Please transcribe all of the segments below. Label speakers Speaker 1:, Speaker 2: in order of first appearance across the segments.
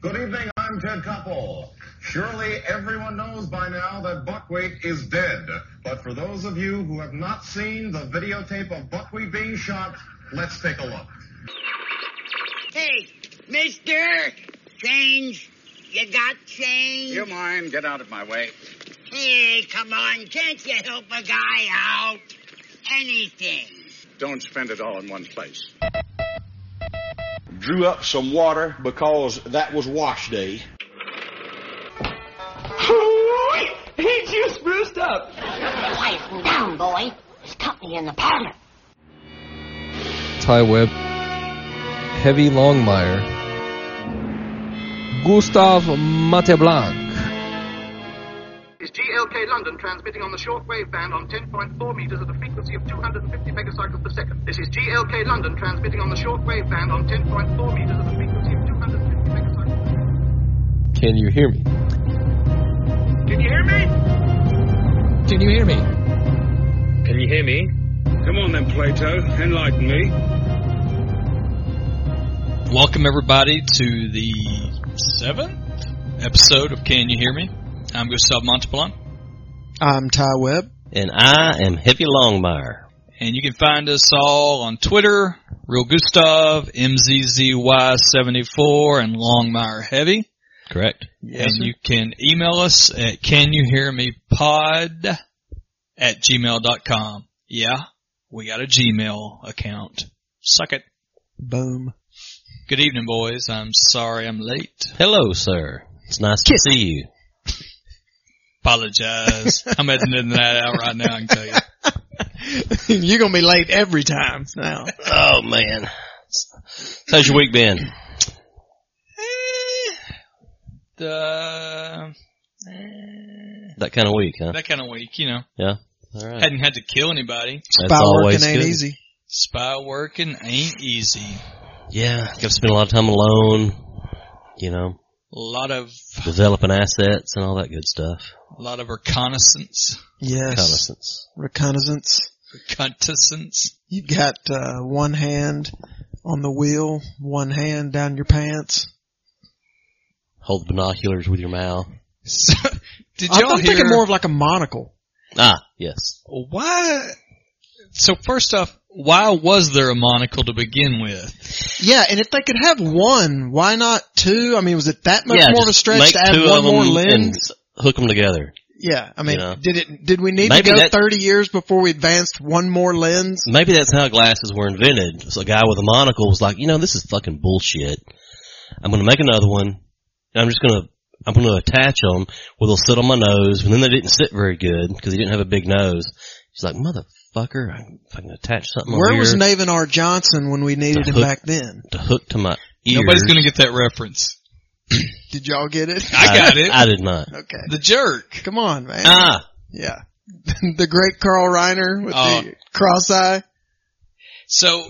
Speaker 1: Good evening. I'm Ted Koppel. Surely everyone knows by now that buckwheat is dead. But for those of you who have not seen the videotape of buckwheat being shot, let's take a look.
Speaker 2: Hey, mister! Change! You got change?
Speaker 3: You mind? Get out of my way.
Speaker 2: Hey, come on, can't you help a guy out? Anything.
Speaker 3: Don't spend it all in one place.
Speaker 4: Drew up some water because that was wash day.
Speaker 5: Ain't you spruced up?
Speaker 6: Quieten down, boy. There's company in the parlor.
Speaker 7: Ty Webb, Heavy Longmire, Gustav Mateblanc,
Speaker 8: is GLK London transmitting on the shortwave band on 10.4 meters at a frequency of 250 megacycles per second. This is GLK London transmitting on the shortwave band on 10.4 meters at a frequency of 250 megacycles per second.
Speaker 7: Can You Hear Me?
Speaker 8: Can you hear me?
Speaker 7: Can You Hear Me?
Speaker 9: Can you hear me? Come on then, Plato. Enlighten me.
Speaker 10: Welcome, everybody, to the seventh episode of Can You Hear Me? I'm Gustav Monteblanc,
Speaker 11: I'm Ty Webb.
Speaker 12: And I am Heavy Longmire.
Speaker 10: and you can find us all on Twitter, Real Gustav, MZZY74, and Longmire Heavy.
Speaker 12: Correct.
Speaker 10: and you can email us at canyouhearmepod at gmail.com. Yeah, we got a Gmail account. Suck it.
Speaker 11: Boom.
Speaker 10: Good evening, boys. I'm sorry I'm late.
Speaker 12: Hello, sir. It's nice to see you.
Speaker 10: Apologize. I'm editing that out right now, I can tell you.
Speaker 11: You're gonna be late every time now.
Speaker 12: Oh man. How's your week been?
Speaker 10: The,
Speaker 12: That kind of week, huh?
Speaker 10: that kind of week, you know.
Speaker 12: All right.
Speaker 10: Hadn't had to kill anybody.
Speaker 12: That's
Speaker 11: Spy
Speaker 12: always
Speaker 11: working ain't
Speaker 12: good.
Speaker 11: easy.
Speaker 10: Spy working ain't easy.
Speaker 12: Yeah, got to spend a lot of time alone. You know,
Speaker 10: A lot of,
Speaker 12: developing assets and all that good stuff.
Speaker 10: a lot of reconnaissance.
Speaker 11: Yes.
Speaker 12: Reconnaissance.
Speaker 11: Reconnaissance.
Speaker 10: Reconnaissance.
Speaker 11: You got uh, one hand on the wheel, one hand down your pants.
Speaker 12: Hold binoculars with your mouth.
Speaker 10: So, did
Speaker 11: I'm,
Speaker 10: y'all
Speaker 11: I'm
Speaker 10: hear?
Speaker 11: thinking more of like a monocle.
Speaker 12: Ah, yes.
Speaker 10: why? So first off, why was there a monocle to begin with?
Speaker 11: Yeah, and if they could have one, why not two? I mean, was it that much
Speaker 12: yeah,
Speaker 11: more of
Speaker 12: just
Speaker 11: a stretch
Speaker 12: make
Speaker 11: to add
Speaker 12: two
Speaker 11: one
Speaker 12: of them
Speaker 11: more
Speaker 12: and
Speaker 11: lens?
Speaker 12: s- hook them together.
Speaker 11: Yeah, I mean,
Speaker 12: you know.
Speaker 11: did it? Did we need
Speaker 12: Maybe
Speaker 11: to go
Speaker 12: that-
Speaker 11: 30 years before we advanced one more lens?
Speaker 12: Maybe that's how glasses were invented. So a guy with a monocle was like, you know, this is fucking bullshit. I'm gonna make another one. And I'm just gonna, I'm gonna attach them where they'll sit on my nose. And then they didn't sit very good because he didn't have a big nose. He's like, motherfucker, I'm fucking attach something
Speaker 11: Where
Speaker 12: over
Speaker 11: was
Speaker 12: here
Speaker 11: Navin R. Johnson when we needed
Speaker 12: The
Speaker 11: him
Speaker 12: hook-
Speaker 11: back then?
Speaker 12: to hook to my ears.
Speaker 10: Nobody's going to get that reference.
Speaker 11: Did y'all get it?
Speaker 10: I got it.
Speaker 12: I did not.
Speaker 11: Okay.
Speaker 10: the jerk.
Speaker 11: Come on, man.
Speaker 12: Ah,
Speaker 11: yeah. the great Carl Reiner with
Speaker 10: Oh.
Speaker 11: the cross eye.
Speaker 10: So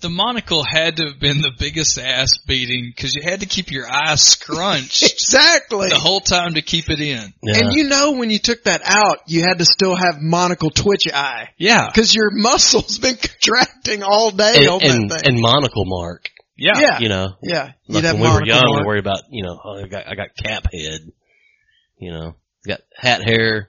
Speaker 10: the monocle had to have been the biggest ass beating because you had to keep your eyes scrunched
Speaker 11: Exactly.
Speaker 10: the whole time to keep it in.
Speaker 12: yeah.
Speaker 11: And you know when you took that out, you had to still have monocle twitch eye.
Speaker 10: Yeah.
Speaker 11: Cause your muscles been contracting all day on
Speaker 12: and, and,
Speaker 11: that thing.
Speaker 12: and monocle mark,
Speaker 10: Yeah.
Speaker 11: yeah.
Speaker 12: you know,
Speaker 11: yeah.
Speaker 12: Like
Speaker 11: You'd have
Speaker 12: when we were
Speaker 11: monocle
Speaker 12: young, we
Speaker 11: mark.
Speaker 12: worried about you know oh, I got I got cap head, you know, got hat hair,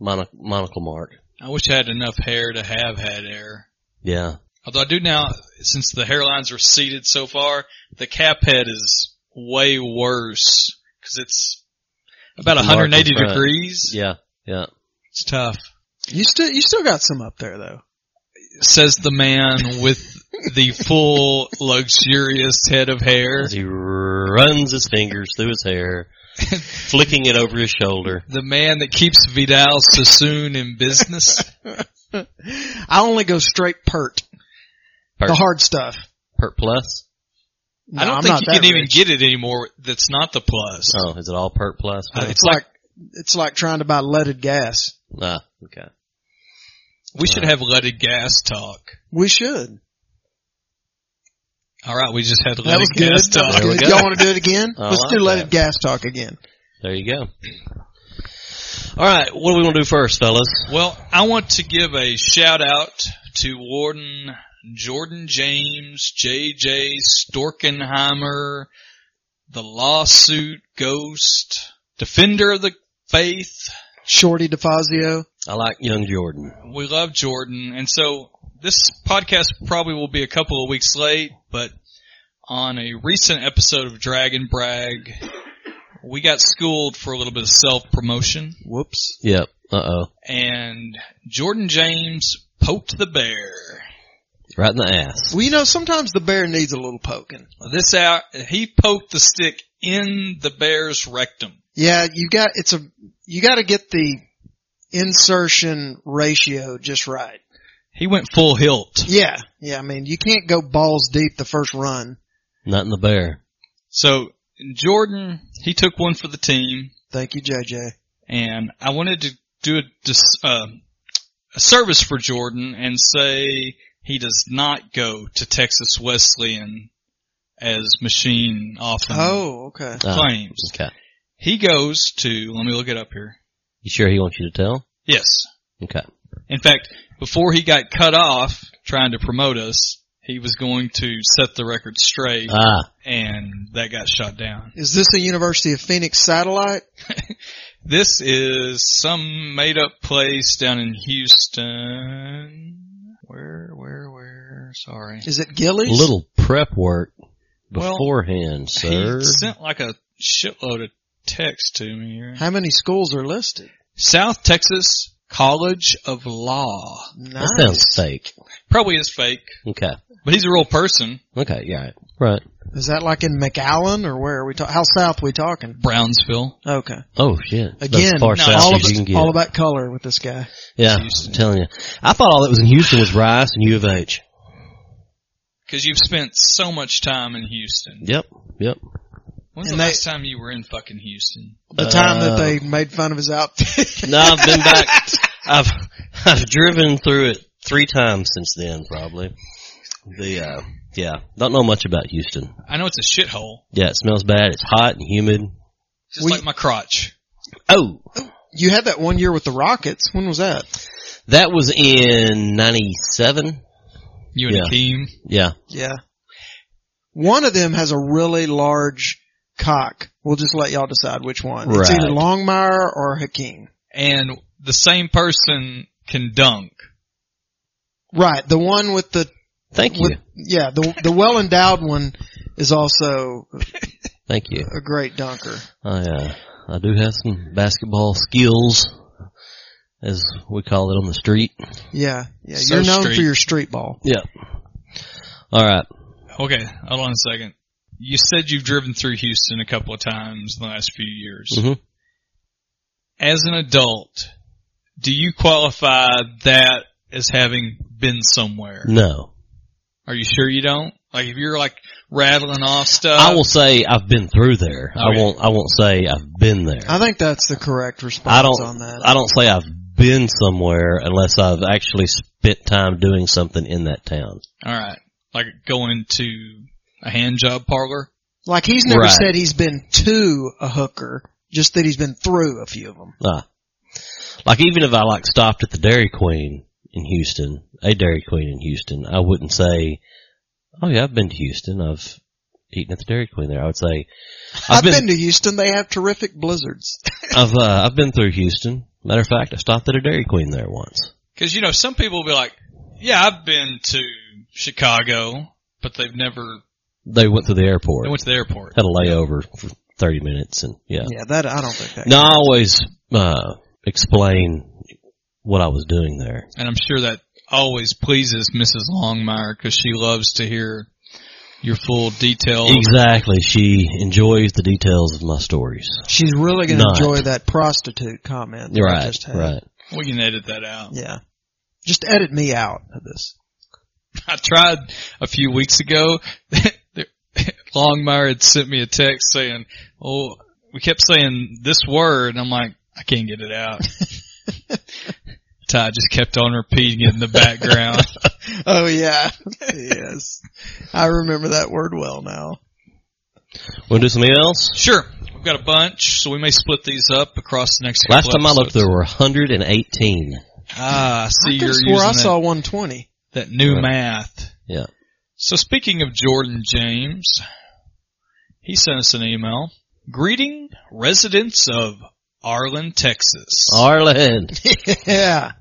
Speaker 12: monoc- monocle mark.
Speaker 10: I wish I had enough hair to have had hair.
Speaker 12: Yeah,
Speaker 10: Although I do now, since the hairline's receded so far, the cap head is way worse because it's about
Speaker 12: The mark in
Speaker 10: 180
Speaker 12: front.
Speaker 10: degrees.
Speaker 12: yeah, yeah.
Speaker 10: It's tough.
Speaker 11: You still, you still got some up there though.
Speaker 10: Says the man with the full luxurious head of hair.
Speaker 12: As he runs his fingers through his hair, flicking it over his shoulder.
Speaker 10: The man that keeps Vidal Sassoon in business.
Speaker 11: I only go straight pert.
Speaker 12: Pert.
Speaker 11: The hard stuff.
Speaker 12: Pert plus.
Speaker 11: No,
Speaker 10: I don't
Speaker 11: I'm
Speaker 10: think
Speaker 11: not
Speaker 10: you
Speaker 11: that
Speaker 10: can even
Speaker 11: rich.
Speaker 10: get it anymore. That's not the plus.
Speaker 12: Oh, is it all pert plus?
Speaker 10: Uh,
Speaker 12: now?
Speaker 10: it's
Speaker 11: It's
Speaker 10: like
Speaker 11: like, it's like trying to buy leaded gas.
Speaker 12: ah, okay.
Speaker 10: we should have leaded gas talk.
Speaker 11: We should.
Speaker 10: All right, we just had
Speaker 11: That was
Speaker 10: leaded
Speaker 11: good.
Speaker 10: gas
Speaker 11: That was
Speaker 10: talk.
Speaker 12: There we
Speaker 11: good.
Speaker 12: go.
Speaker 11: Y'all want to do it again?
Speaker 12: I
Speaker 11: Let's
Speaker 12: like
Speaker 11: do leaded
Speaker 12: that.
Speaker 11: gas talk again.
Speaker 12: There you go. All right, what do we want to do first, fellas?
Speaker 10: Well, I want to give a shout out to Warden Jordan James, J.J. Storkenheimer, the lawsuit ghost, defender of the faith.
Speaker 11: Shorty DeFazio.
Speaker 12: I like young Jordan.
Speaker 10: We love Jordan. And so this podcast probably will be a couple of weeks late, but on a recent episode of Dragon Brag, we got schooled for a little bit of self promotion.
Speaker 11: Whoops.
Speaker 12: Yep. Uh oh.
Speaker 10: And Jordan James poked the bear.
Speaker 12: Right in the ass.
Speaker 11: Well, you know, sometimes the bear needs a little poking.
Speaker 10: This out, he poked the stick in the bear's rectum.
Speaker 11: Yeah, you got, it's a, you gotta get the insertion ratio just right.
Speaker 10: He went full hilt.
Speaker 11: Yeah. Yeah. I mean, you can't go balls deep the first run.
Speaker 12: Not in the bear.
Speaker 10: So Jordan, he took one for the team.
Speaker 11: Thank you, JJ.
Speaker 10: And I wanted to do a, dis- uh, a service for Jordan and say he does not go to Texas Wesleyan as Machine often
Speaker 11: Oh, okay.
Speaker 12: Uh,
Speaker 10: claims.
Speaker 12: Ah. Okay.
Speaker 10: He goes to, let me look it up here.
Speaker 12: You sure he wants you to tell?
Speaker 10: Yes.
Speaker 12: Okay.
Speaker 10: In fact, before he got cut off trying to promote us, he was going to set the record straight
Speaker 12: Ah.
Speaker 10: and that got shot down.
Speaker 11: Is this the University of Phoenix satellite?
Speaker 10: This is some made up place down in Houston. Where, where, where? Sorry.
Speaker 11: Is it Gillies?
Speaker 12: Little prep work
Speaker 10: Well,
Speaker 12: beforehand, sir.
Speaker 10: He sent like a shitload of text to me here.
Speaker 11: How many schools are listed?
Speaker 10: South Texas College of Law.
Speaker 11: Nice.
Speaker 12: That sounds fake.
Speaker 10: Probably is fake,
Speaker 12: Okay.
Speaker 10: but he's a real person.
Speaker 12: Okay. Yeah. Right.
Speaker 11: Is that like in McAllen or where are we talking? How south we talking?
Speaker 10: Brownsville.
Speaker 11: Okay.
Speaker 12: Oh shit. That's
Speaker 11: Again,
Speaker 12: as far
Speaker 10: no,
Speaker 12: south
Speaker 11: all,
Speaker 12: as
Speaker 11: about,
Speaker 12: you can get.
Speaker 11: all about color with this guy.
Speaker 12: yeah. I'm telling you. I thought all that was in Houston was Rice and U of H.
Speaker 10: Cause you've spent so much time in Houston.
Speaker 12: Yep. Yep.
Speaker 10: When's
Speaker 11: And
Speaker 10: the
Speaker 11: they-
Speaker 10: last time you were in fucking Houston?
Speaker 11: The time that
Speaker 12: Uh,
Speaker 11: they made fun of his outfit.
Speaker 12: No, I've been back. I've I've driven through it three times since then, probably. The uh, yeah, don't know much about Houston.
Speaker 10: I know it's a shithole.
Speaker 12: Yeah, it smells bad. It's hot and humid.
Speaker 10: Just
Speaker 11: We-
Speaker 10: like my crotch.
Speaker 12: Oh,
Speaker 11: you had that one year with the Rockets. When was that?
Speaker 12: that was in '97.
Speaker 10: You and
Speaker 12: Yeah.
Speaker 10: Akeem.
Speaker 12: Yeah,
Speaker 11: Yeah. One of them has a really large cock. We'll just let y'all decide which one. It's
Speaker 12: Right.
Speaker 11: either Longmire or Hakeem.
Speaker 10: And the same person can dunk.
Speaker 11: Right. The one with the
Speaker 12: thank you,
Speaker 11: with, yeah, the the well endowed one is also
Speaker 12: thank you.
Speaker 11: a great dunker.
Speaker 12: I uh, I do have some basketball skills, as we call it on the street.
Speaker 11: Yeah. Yeah.
Speaker 10: So
Speaker 11: You're known
Speaker 10: street.
Speaker 11: for your street ball.
Speaker 12: Yeah. All right.
Speaker 10: Okay, hold on a second. You said you've driven through Houston a couple of times in the last few years.
Speaker 12: Mhm.
Speaker 10: As an adult, do you qualify that as having been somewhere?
Speaker 12: No,
Speaker 10: Are you sure you don't? Like if you're like rattling off stuff,
Speaker 12: I will say I've been through there. I
Speaker 10: Uh, Okay.
Speaker 12: won't. I won't say I've been there.
Speaker 11: I think that's the correct response
Speaker 12: I don't.
Speaker 11: on that.
Speaker 12: I don't say I've been somewhere unless I've actually spent time doing something in that town.
Speaker 10: All right, like going to a hand job parlor.
Speaker 11: like he's never
Speaker 12: Right.
Speaker 11: said he's been to a hooker, just that he's been through a few of them.
Speaker 12: Ah. Like even if I like stopped at the Dairy Queen in Houston, a Dairy Queen in Houston, I wouldn't say, "Oh yeah, I've been to Houston. I've eaten at the Dairy Queen there." I would say,
Speaker 11: I've, been, to Houston. They have terrific blizzards.
Speaker 12: I've uh, I've been through Houston." Matter of fact, I stopped at a Dairy Queen there once.
Speaker 10: Because you know some people will be like, "Yeah, I've been to Chicago," but they've never
Speaker 12: They went through the airport,
Speaker 10: they went to the airport.
Speaker 12: had a layover for thirty minutes, and yeah.
Speaker 11: Yeah, that I don't think that.
Speaker 12: No, I always uh, explain what I was doing there.
Speaker 10: and I'm sure that always pleases Mrs. Longmire because she loves to hear your full detail.
Speaker 12: Exactly. She enjoys the details of my stories.
Speaker 11: She's really going to
Speaker 12: Not.
Speaker 11: enjoy that prostitute comment. That I
Speaker 12: Right.
Speaker 11: just had.
Speaker 12: Right.
Speaker 10: We can edit that out.
Speaker 11: Yeah. Just edit me out of this.
Speaker 10: I tried a few weeks ago. Longmire had sent me a text saying, "Oh, we kept saying this word," and I'm like, "I can't get it out." Ty just kept on repeating it in the background.
Speaker 11: Oh yeah. yes. I remember that word well now.
Speaker 12: Want to do something else?
Speaker 10: sure, we've got a bunch, so we may split these up across the next.
Speaker 12: Last
Speaker 10: couple Ah,
Speaker 12: time I looked,
Speaker 10: episodes.
Speaker 12: there were 118.
Speaker 10: Ah, I
Speaker 11: I
Speaker 10: see, you're
Speaker 11: could
Speaker 10: using
Speaker 11: swear I
Speaker 10: that-
Speaker 11: saw 120.
Speaker 10: that new
Speaker 12: Right.
Speaker 10: math.
Speaker 12: Yeah.
Speaker 10: So speaking of Jordan James, he sent us an email. Greeting residents of Arlen, Texas.
Speaker 12: Oh, Arlen.
Speaker 11: yeah.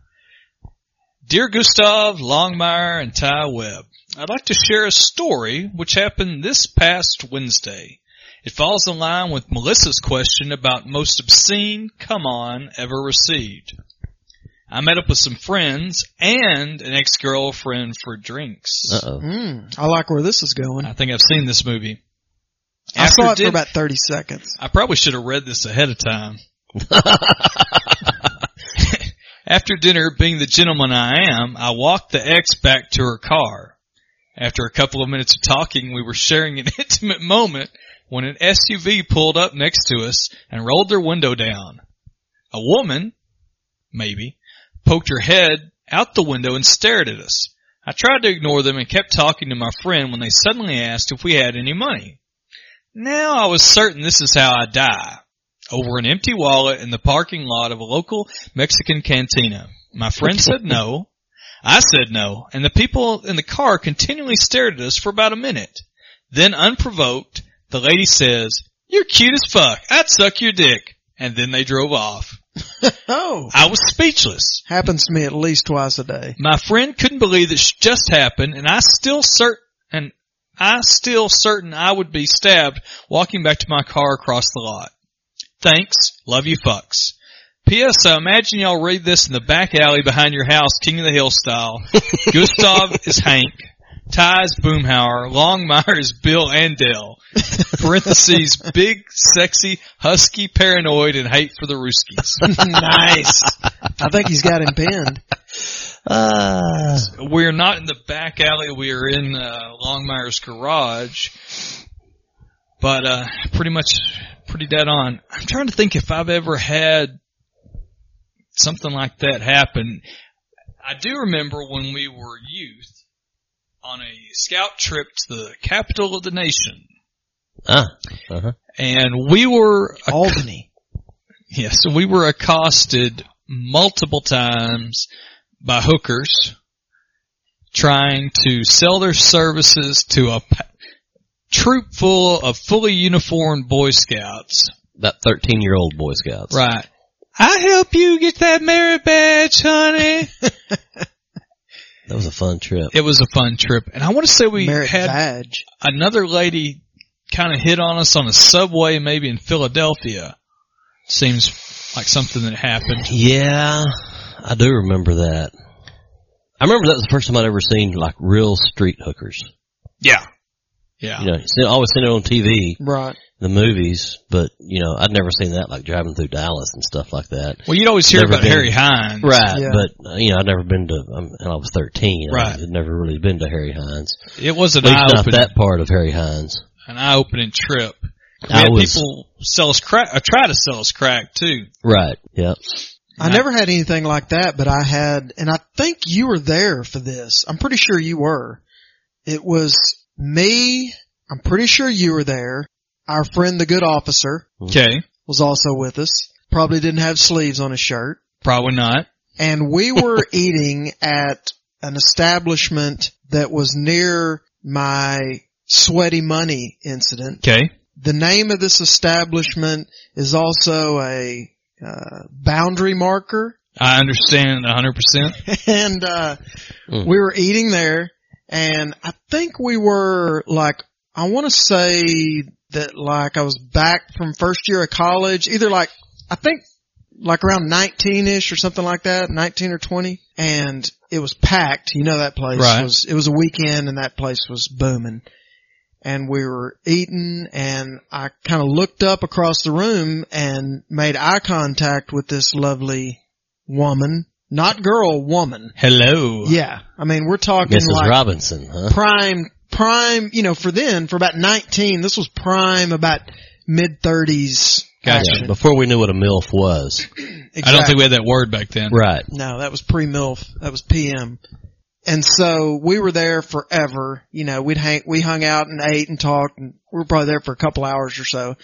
Speaker 10: Dear Gustav, Longmire, and Ty Webb, I'd like to share a story which happened this past Wednesday. It falls in line with Melissa's question about most obscene come on ever received. I met up with some friends and an ex-girlfriend for drinks.
Speaker 12: Uh-oh.
Speaker 11: Mm, I like where this is going.
Speaker 10: I think I've seen this movie.
Speaker 11: I
Speaker 10: After
Speaker 11: saw it
Speaker 10: din-
Speaker 11: for about 30 seconds.
Speaker 10: I probably should have read this ahead of time. After dinner, being the gentleman I am, I walked the ex back to her car. After a couple of minutes of talking, we were sharing an intimate moment when an SUV pulled up next to us and rolled their window down. A woman, maybe, poked her head out the window and stared at us. I tried to ignore them and kept talking to my friend when they suddenly asked if we had any money. Now I was certain this is how I die. Over an empty wallet in the parking lot of a local Mexican cantina. My friend said no. I said no, and the people in the car continually stared at us for about a minute. Then unprovoked, the lady says, you're cute as fuck. I'd suck your dick. And then they drove off.
Speaker 11: Oh.
Speaker 10: I was speechless.
Speaker 11: Happens to me at least twice a day.
Speaker 10: My friend couldn't believe this just happened, and I still cert and I still certain I would be stabbed walking back to my car across the lot. Thanks, love you fucks. P.S. I imagine y'all read this in the back alley behind your house, King of the Hill style. Gustav is Hank, Ty is Boomhauer, Longmire is Bill Andell. Parentheses, big, sexy, husky, paranoid, and hate for the Rooskies.
Speaker 11: nice. I think he's got him pinned.
Speaker 12: Uh,
Speaker 10: We're not in the back alley. We are in uh, Longmire's garage. But uh, pretty much, pretty dead on. I'm trying to think if I've ever had something like that happen. I do remember when we were youth on a scout trip to the capital of the nation,
Speaker 12: ah. Uh-huh.
Speaker 10: and we were ac-
Speaker 11: Albany.
Speaker 10: yes, we were accosted multiple times by hookers trying to sell their services to a pa- troop full of fully uniformed Boy Scouts.
Speaker 12: That 13 year old Boy Scouts.
Speaker 10: Right. I help you get that merit badge, honey.
Speaker 12: That was a fun trip.
Speaker 10: it was a fun trip, and I want to say we
Speaker 11: Merit
Speaker 10: had
Speaker 11: badge.
Speaker 10: another lady kind of hit on us on a subway, maybe in Philadelphia. Seems like something that happened.
Speaker 12: Yeah, I do remember that. I remember that was the first time I'd ever seen like real street hookers.
Speaker 10: Yeah. Yeah.
Speaker 12: You know, you see- I always seen it on TV,
Speaker 11: Right.
Speaker 12: the movies, but you know, I'd never seen that like driving through Dallas and stuff like that.
Speaker 10: Well, you'd always hear
Speaker 12: Never
Speaker 10: about
Speaker 12: been.
Speaker 10: Harry Hines.
Speaker 12: Right,
Speaker 11: Yeah.
Speaker 12: but uh, you know, I'd never been to, um, and I was 13. I
Speaker 10: Right.
Speaker 12: I'd never really been to Harry Hines.
Speaker 10: It was
Speaker 12: At
Speaker 10: an
Speaker 12: least
Speaker 10: eye
Speaker 12: not
Speaker 10: opening,
Speaker 12: that part of Harry Hines.
Speaker 10: an eye opening trip. We
Speaker 12: I
Speaker 10: had
Speaker 12: was,
Speaker 10: people sell us crack, uh, try to sell us crack too.
Speaker 12: right, yeah.
Speaker 11: I
Speaker 10: Right.
Speaker 11: never had anything like that, but I had, and I think you were there for this. I'm pretty sure you were. It was me. I'm pretty sure you were there. Our friend, the good officer,
Speaker 10: Okay.
Speaker 11: was also with us. Probably didn't have sleeves on his shirt.
Speaker 10: Probably not.
Speaker 11: and we were eating at an establishment that was near my sweaty money incident.
Speaker 10: Okay.
Speaker 11: The name of this establishment is also a uh, boundary marker,
Speaker 10: I understand 100%.
Speaker 11: and uh,
Speaker 12: Mm.
Speaker 11: we were eating there, and I think we were like I want to say that like I was back from first year of college, either like I think like around 19 ish or something like that, 19 or 20. And it was packed. You know, that place
Speaker 10: Right.
Speaker 11: was, it was a weekend and that place was booming. And we were eating and I kind of looked up across the room and made eye contact with this lovely woman, not girl, woman.
Speaker 10: Hello.
Speaker 11: Yeah. I mean, we're talking
Speaker 12: Mrs.
Speaker 11: like
Speaker 12: Robinson, huh?
Speaker 11: prime, prime, you know, for then, for about 19, this was prime about mid 30s.
Speaker 10: Gotcha.
Speaker 12: Yeah, before we knew what a MILF was.
Speaker 10: I don't think we had that word back then.
Speaker 12: Right.
Speaker 11: No, that was pre MILF. That was PM. And so we were there forever. You know, we'd hang, we hung out and ate and talked and we were probably there for a couple hours or so.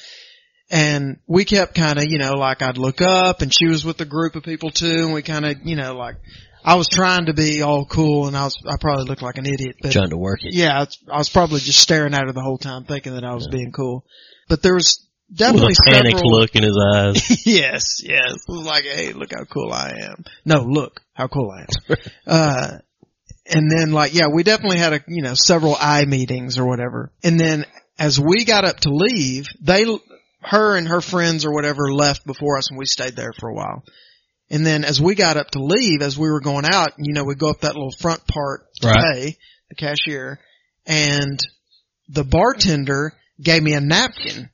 Speaker 11: And we kept kind of, you know, like I'd look up and she was with a group of people too and we kind of, you know, like
Speaker 10: I was trying to be all cool, and I was I probably looked like an idiot. But
Speaker 12: Trying to work it.
Speaker 10: Yeah, I was- I was probably just staring at her the whole time, thinking that I was being cool. But there was definitely
Speaker 12: With a panicked
Speaker 10: several-
Speaker 12: look in his eyes.
Speaker 10: yes, yes. It was like, hey, look how cool I am. No, look how cool I am. uh, and then like, yeah, we definitely had a, you know, several eye meetings or whatever. And then as we got up to leave, they, her and her friends or whatever left before us and we stayed there for a while. And then as we got up to leave, as we were going out, you know, we go up that little front part to
Speaker 12: Right.
Speaker 10: pay the cashier and the bartender gave me a napkin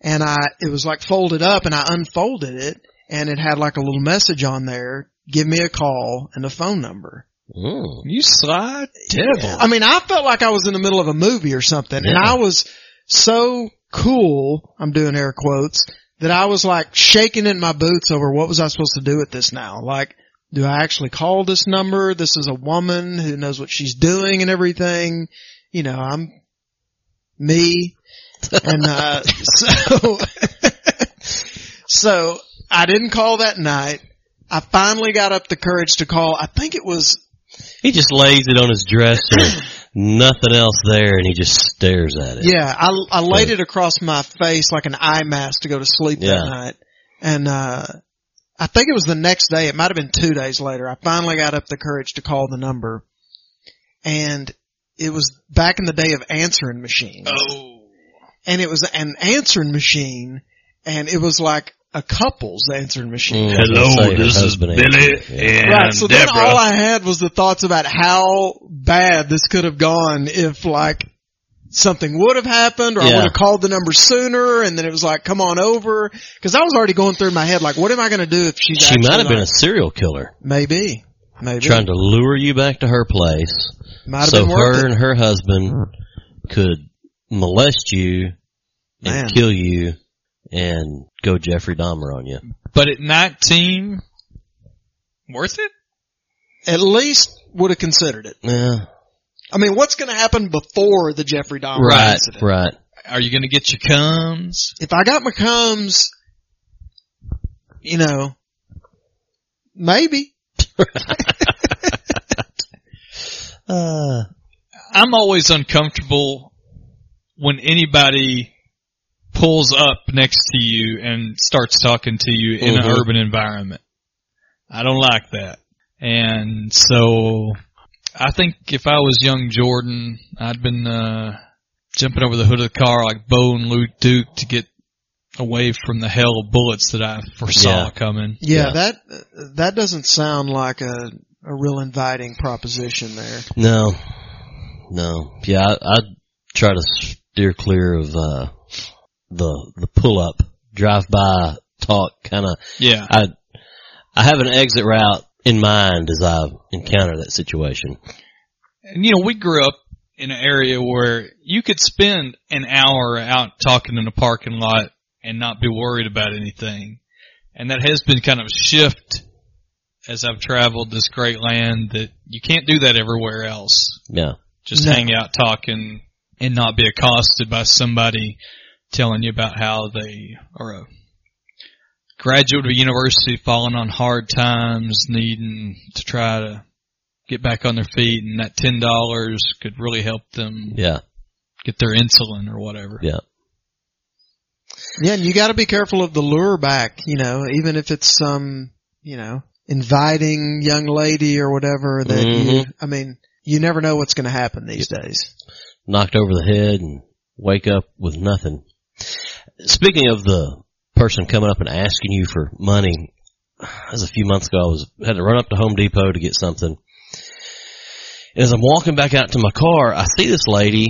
Speaker 10: and I it was like folded up and I unfolded it and it had like a little message on there, give me a call and a phone number.
Speaker 13: You sly devil.
Speaker 10: I mean, I felt like I was in the middle of a movie or something and
Speaker 13: Yeah.
Speaker 10: I was so cool, I'm doing air quotes, that I was like shaking in my boots over what was I supposed to do with this now? Like, do I actually call this number? This is a woman who knows what she's doing and everything. You know, I'm me. And, uh, so, so I didn't call that night. I finally got up the courage to call. I think it was
Speaker 12: He just lays it on his dresser. Nothing else there, and he just stares at it.
Speaker 10: Yeah, I, I laid it across my face like an eye mask to go to sleep
Speaker 12: Yeah.
Speaker 10: that night. And, uh, I think it was the next day. It might have been two days later. I finally got up the courage to call the number. And it was back in the day of answering machines.
Speaker 14: Oh.
Speaker 10: And it was an answering machine and it was like a couple's answering machine.
Speaker 12: Mm, I was gonna Hello, say her this is husband answered. Billy Yeah. and
Speaker 10: right. So then
Speaker 12: Deborah.
Speaker 10: all I had was the thoughts about how bad this could have gone if like something would have happened or I
Speaker 12: Yeah.
Speaker 10: would have called the number sooner and then it was like, come on over. Cause I was already going through in my head like, what am I going to do if she's
Speaker 12: She
Speaker 10: actually
Speaker 12: might have been a
Speaker 10: like-
Speaker 12: serial killer,
Speaker 10: maybe, maybe
Speaker 12: trying to lure you back to her place,
Speaker 10: Might have
Speaker 12: so
Speaker 10: been worth
Speaker 12: her
Speaker 10: it. Hmm.
Speaker 12: and her husband could molest you and
Speaker 14: Man.
Speaker 12: kill you and go Jeffrey Dahmer on you.
Speaker 14: But at 19, worth it?
Speaker 10: at least would have considered it.
Speaker 12: Yeah.
Speaker 10: I mean, what's going to happen before the Jeffrey Dahmer
Speaker 12: Right,
Speaker 10: incident?
Speaker 12: right.
Speaker 14: Are you going to get your cums?
Speaker 10: If I got my comes, you know, maybe.
Speaker 12: Uh,
Speaker 14: I'm always uncomfortable when anybody pulls up next to you and starts talking to you in an
Speaker 10: Mm-hmm.
Speaker 13: Mhm.
Speaker 14: urban environment. I don't like that. And so I think if I was young Jordan, I'd been uh jumping over the hood of the car like Bo and Luke Duke to get away from the hell of bullets that I foresaw
Speaker 10: Yeah.
Speaker 14: coming.
Speaker 10: Yeah, that that doesn't sound like a a real inviting proposition there.
Speaker 12: No, no. Yeah, I, I try to steer clear of uh, the the pull up, drive by talk kind of.
Speaker 14: Yeah.
Speaker 12: I I have an exit route in mind as I encounter that situation.
Speaker 14: And you know, we grew up in an area where you could spend an hour out talking in a parking lot and not be worried about anything. And that has been kind of a shift as I've traveled this great land that you can't do that everywhere else.
Speaker 12: Yeah.
Speaker 14: Just
Speaker 12: No.
Speaker 14: hang out talking and not be accosted by somebody telling you about how they are a graduate of university falling on hard times, needing to try to get back on their feet, and that ten dollars could really help them
Speaker 12: Yeah.
Speaker 14: get their insulin or whatever.
Speaker 12: Yeah.
Speaker 10: Yeah, and you got to be careful of the lure back. You know, even if it's
Speaker 11: um,
Speaker 10: some you know inviting young lady or whatever that you.
Speaker 12: Mhm.
Speaker 10: I mean, you never know what's going to happen these days.
Speaker 12: Knocked over the head and wake up with nothing. Speaking of the person coming up and asking you for money, that was a few months ago. I was had to run up to Home Depot to get something. As I'm walking back out to my car, I see this lady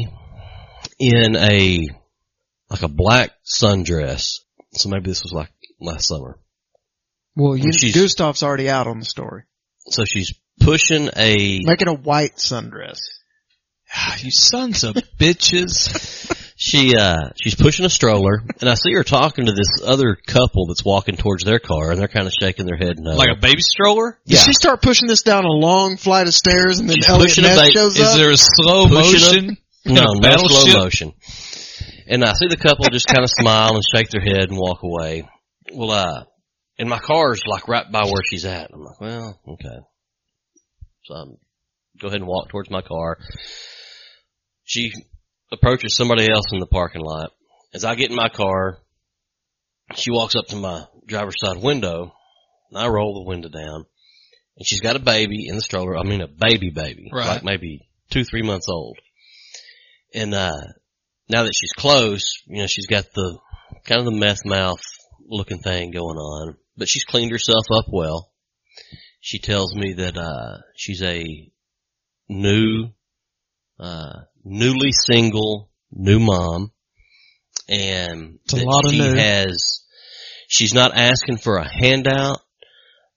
Speaker 12: in a like a black sundress. So maybe this was like last summer.
Speaker 10: Well, you,
Speaker 12: Well, she's-
Speaker 10: Gustav's already out on the story.
Speaker 12: So she's pushing a
Speaker 10: Make it a white sundress.
Speaker 14: Ah, you sons of bitches.
Speaker 12: She uh she's pushing a stroller and I see her talking to this other couple that's walking towards their car and they're kind of shaking their head no.
Speaker 14: Like a baby stroller?
Speaker 10: Did she start pushing this down a long flight of stairs and then
Speaker 12: She's
Speaker 10: Elliot
Speaker 12: pushing a
Speaker 10: Ness
Speaker 12: ba-
Speaker 10: shows
Speaker 12: is
Speaker 10: up?
Speaker 12: there a
Speaker 14: slow motion?
Speaker 12: No,
Speaker 14: In a
Speaker 12: no slow
Speaker 14: battleship?
Speaker 12: motion. And I see the couple just kind of smile and shake their head and walk away. Well, uh, and my car's like right by where she's at. I'm like, well, okay. So I go ahead and walk towards my car. She approaches somebody else in the parking lot. As I get in my car, she walks up to my driver's side window, and I roll the window down. And she's got a baby in the stroller. I mean, a baby baby,
Speaker 10: Right.
Speaker 12: like maybe two, three months old. And uh, now that she's close, you know, she's got the kind of the meth mouth looking thing going on, but she's cleaned herself up well. She tells me that uh, she's a new, uh, newly single new mom, and
Speaker 11: a
Speaker 12: that
Speaker 11: lot of
Speaker 12: she
Speaker 11: new.
Speaker 12: has. She's not asking for a handout,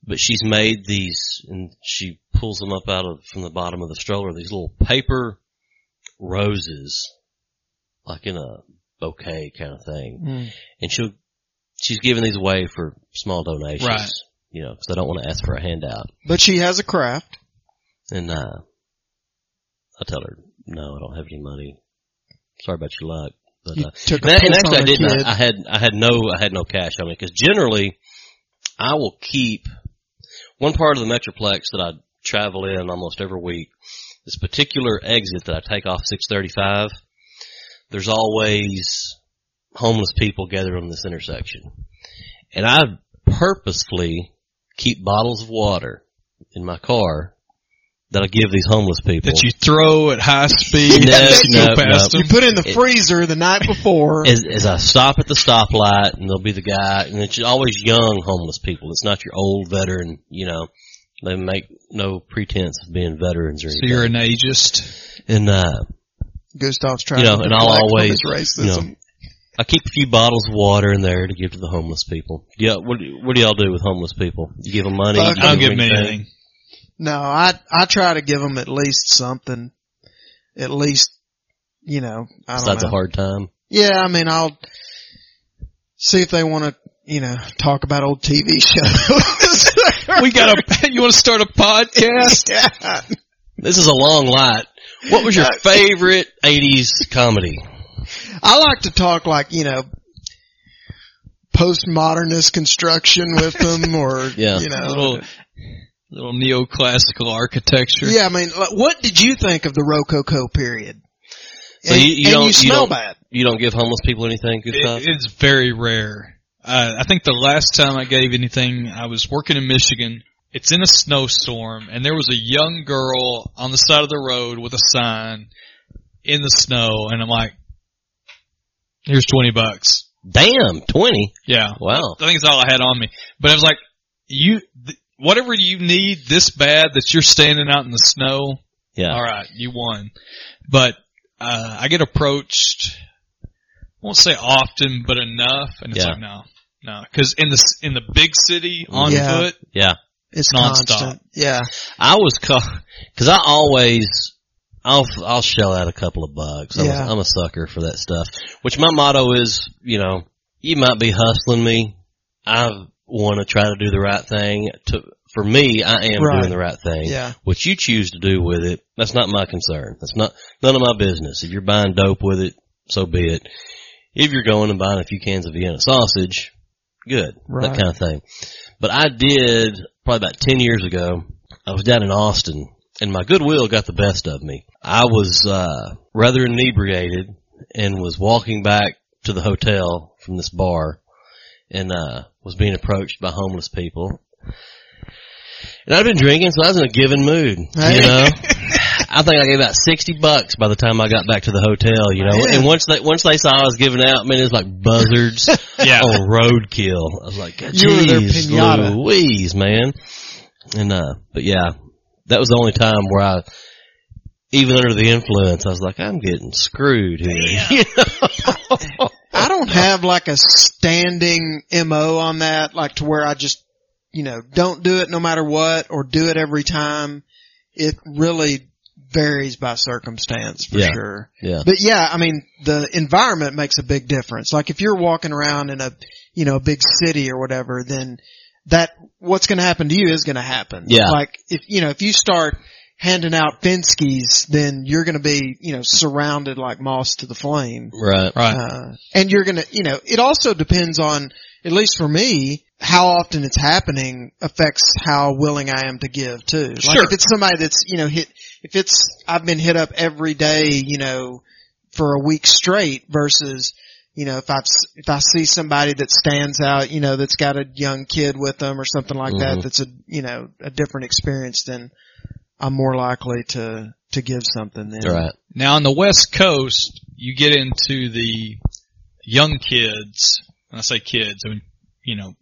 Speaker 12: but she's made these, and she pulls them up out of from the bottom of the stroller. These little paper roses, like in a bouquet kind of thing,
Speaker 11: Mm.
Speaker 12: and she'll she's giving these away for small donations.
Speaker 11: Right.
Speaker 12: You know, because I don't want to ask for a handout.
Speaker 11: But she has a craft.
Speaker 12: And uh, I tell her, no, I don't have any money. Sorry about your luck. But
Speaker 11: You
Speaker 12: uh,
Speaker 11: took a
Speaker 12: and, and
Speaker 11: piss
Speaker 12: actually, I
Speaker 11: on a
Speaker 12: didn't.
Speaker 11: kid.
Speaker 12: I, I had I had no I had no cash on me because generally, I will keep one part of the metroplex that I travel in almost every week. This particular exit that I take off 635. There's always homeless people gathered on this intersection, and I purposefully keep bottles of water in my car that I give these homeless people.
Speaker 10: That you throw at high speed.
Speaker 12: No,
Speaker 10: as you go
Speaker 12: no,
Speaker 10: past
Speaker 12: no.
Speaker 10: them.
Speaker 11: You put it in the
Speaker 12: It-
Speaker 11: freezer the night before.
Speaker 12: as, as I stop at the stoplight, and there'll be the guy, and it's always young homeless people. It's not your old veteran, you know. They make no pretense of being veterans or
Speaker 10: So
Speaker 12: anything.
Speaker 10: you're an ageist.
Speaker 12: and uh,
Speaker 11: Gustav's
Speaker 12: you
Speaker 11: trying
Speaker 12: know,
Speaker 11: to
Speaker 12: and I'll
Speaker 11: deflect from
Speaker 12: always
Speaker 11: his racism.
Speaker 12: You know, I keep a few bottles of water in there to give to the homeless people. Yeah, what do, what do y'all do with homeless people? You give them money.
Speaker 11: Fuck
Speaker 12: you
Speaker 10: I don't give
Speaker 12: 'em
Speaker 10: him anything.
Speaker 11: No, I I try to give them at least something, at least you know. I don't
Speaker 12: Besides
Speaker 11: know.
Speaker 12: a hard time.
Speaker 11: Yeah, I mean, I'll see if they want to, you know, talk about old TV shows.
Speaker 10: We got a. You want to start a podcast?
Speaker 11: yeah.
Speaker 12: This is a long light. What was your
Speaker 11: Uh,
Speaker 12: favorite '80s comedy?
Speaker 11: I like to talk like you know, postmodernist construction with them, or
Speaker 12: Yeah.
Speaker 11: you know,
Speaker 10: Little, little neoclassical architecture.
Speaker 11: yeah. I mean, like, what did you think of the Rococo period?
Speaker 12: So
Speaker 11: and
Speaker 12: you, you
Speaker 11: and
Speaker 12: don't
Speaker 11: you smell
Speaker 12: don't,
Speaker 11: bad.
Speaker 12: You don't give homeless people anything. Good stuff.
Speaker 10: It, it's very rare. Uh, I think the last time I gave anything, I was working in Michigan. It's in a snowstorm, and there was a young girl on the side of the road with a sign in the snow, and I'm like, "Here's twenty bucks."
Speaker 12: Damn, twenty.
Speaker 10: Yeah,
Speaker 12: Wow.
Speaker 10: I think it's all I had on me. But I was like, "You, th- whatever you need this bad that you're standing out in the snow,
Speaker 12: Yeah.
Speaker 10: all right, you won. But uh, I get approached, I won't say often, but enough, and it's
Speaker 12: Yeah.
Speaker 10: like no, no, because in the c- in the big city on
Speaker 11: Yeah.
Speaker 10: foot,
Speaker 12: Yeah.
Speaker 11: It's
Speaker 10: nonstop.
Speaker 11: constant. Yeah,
Speaker 12: I was caught because I always I'll I'll shell out a couple of bucks. I'm,
Speaker 11: Yeah.
Speaker 12: a, I'm a sucker for that stuff. Which my motto is, you know, you might be hustling me. I want to try to do the right thing. To for me, I am
Speaker 11: Right.
Speaker 12: doing the right thing.
Speaker 11: yeah.
Speaker 12: What you choose to do with it, that's not my concern. That's not none of my business. If you're buying dope with it, so be it. If you're going and buying a few cans of Vienna sausage, good.
Speaker 11: Right.
Speaker 12: That kind of thing. But I did probably about ten years ago, I was down in Austin and my goodwill got the best of me. I was uh rather inebriated and was walking back to the hotel from this bar and uh was being approached by homeless people. And I'd been drinking, so I was in a given mood.
Speaker 11: Hey.
Speaker 12: You know, I think I gave out sixty bucks by the time I got back to the hotel. You know,
Speaker 11: Man.
Speaker 12: and once they once they saw I was giving out, man, it was like buzzards
Speaker 10: Yeah.
Speaker 12: on Oh, roadkill. I was like,
Speaker 11: You were their
Speaker 12: "Jeez
Speaker 11: pinata."
Speaker 12: Louise, man. And uh, but yeah, that was the only time where I, even under the influence, I was like, I'm getting screwed here. You know?
Speaker 11: I don't have like a standing MO on that, like to where I just, you know, don't do it no matter what or do it every time. It really varies by circumstance for
Speaker 12: Yeah.
Speaker 11: sure.
Speaker 12: yeah,
Speaker 11: But yeah, I mean, the environment makes a big difference. Like if you're walking around in a, you know, a big city or whatever, then that, what's going to happen to you is going to happen.
Speaker 12: Yeah.
Speaker 11: Like if, you know, if you start handing out Finskys, then you're going to be, you know, surrounded like moss to the flame.
Speaker 12: right.
Speaker 10: right?
Speaker 11: Uh, and you're gonna, you know, it also depends on, at least for me, how often it's happening affects how willing I am to give too. Like
Speaker 15: Sure.
Speaker 11: if it's somebody that's, you know, hit, if it's, I've been hit up every day, you know, for a week straight versus, you know, if I, if I see somebody that stands out, you know, that's got a young kid with them or something like
Speaker 12: Mhm.
Speaker 11: that, that's a, you know, a different experience, then I'm more likely to, to give something then.
Speaker 10: Now on the West Coast, you get into the young kids. When I say kids, I mean you know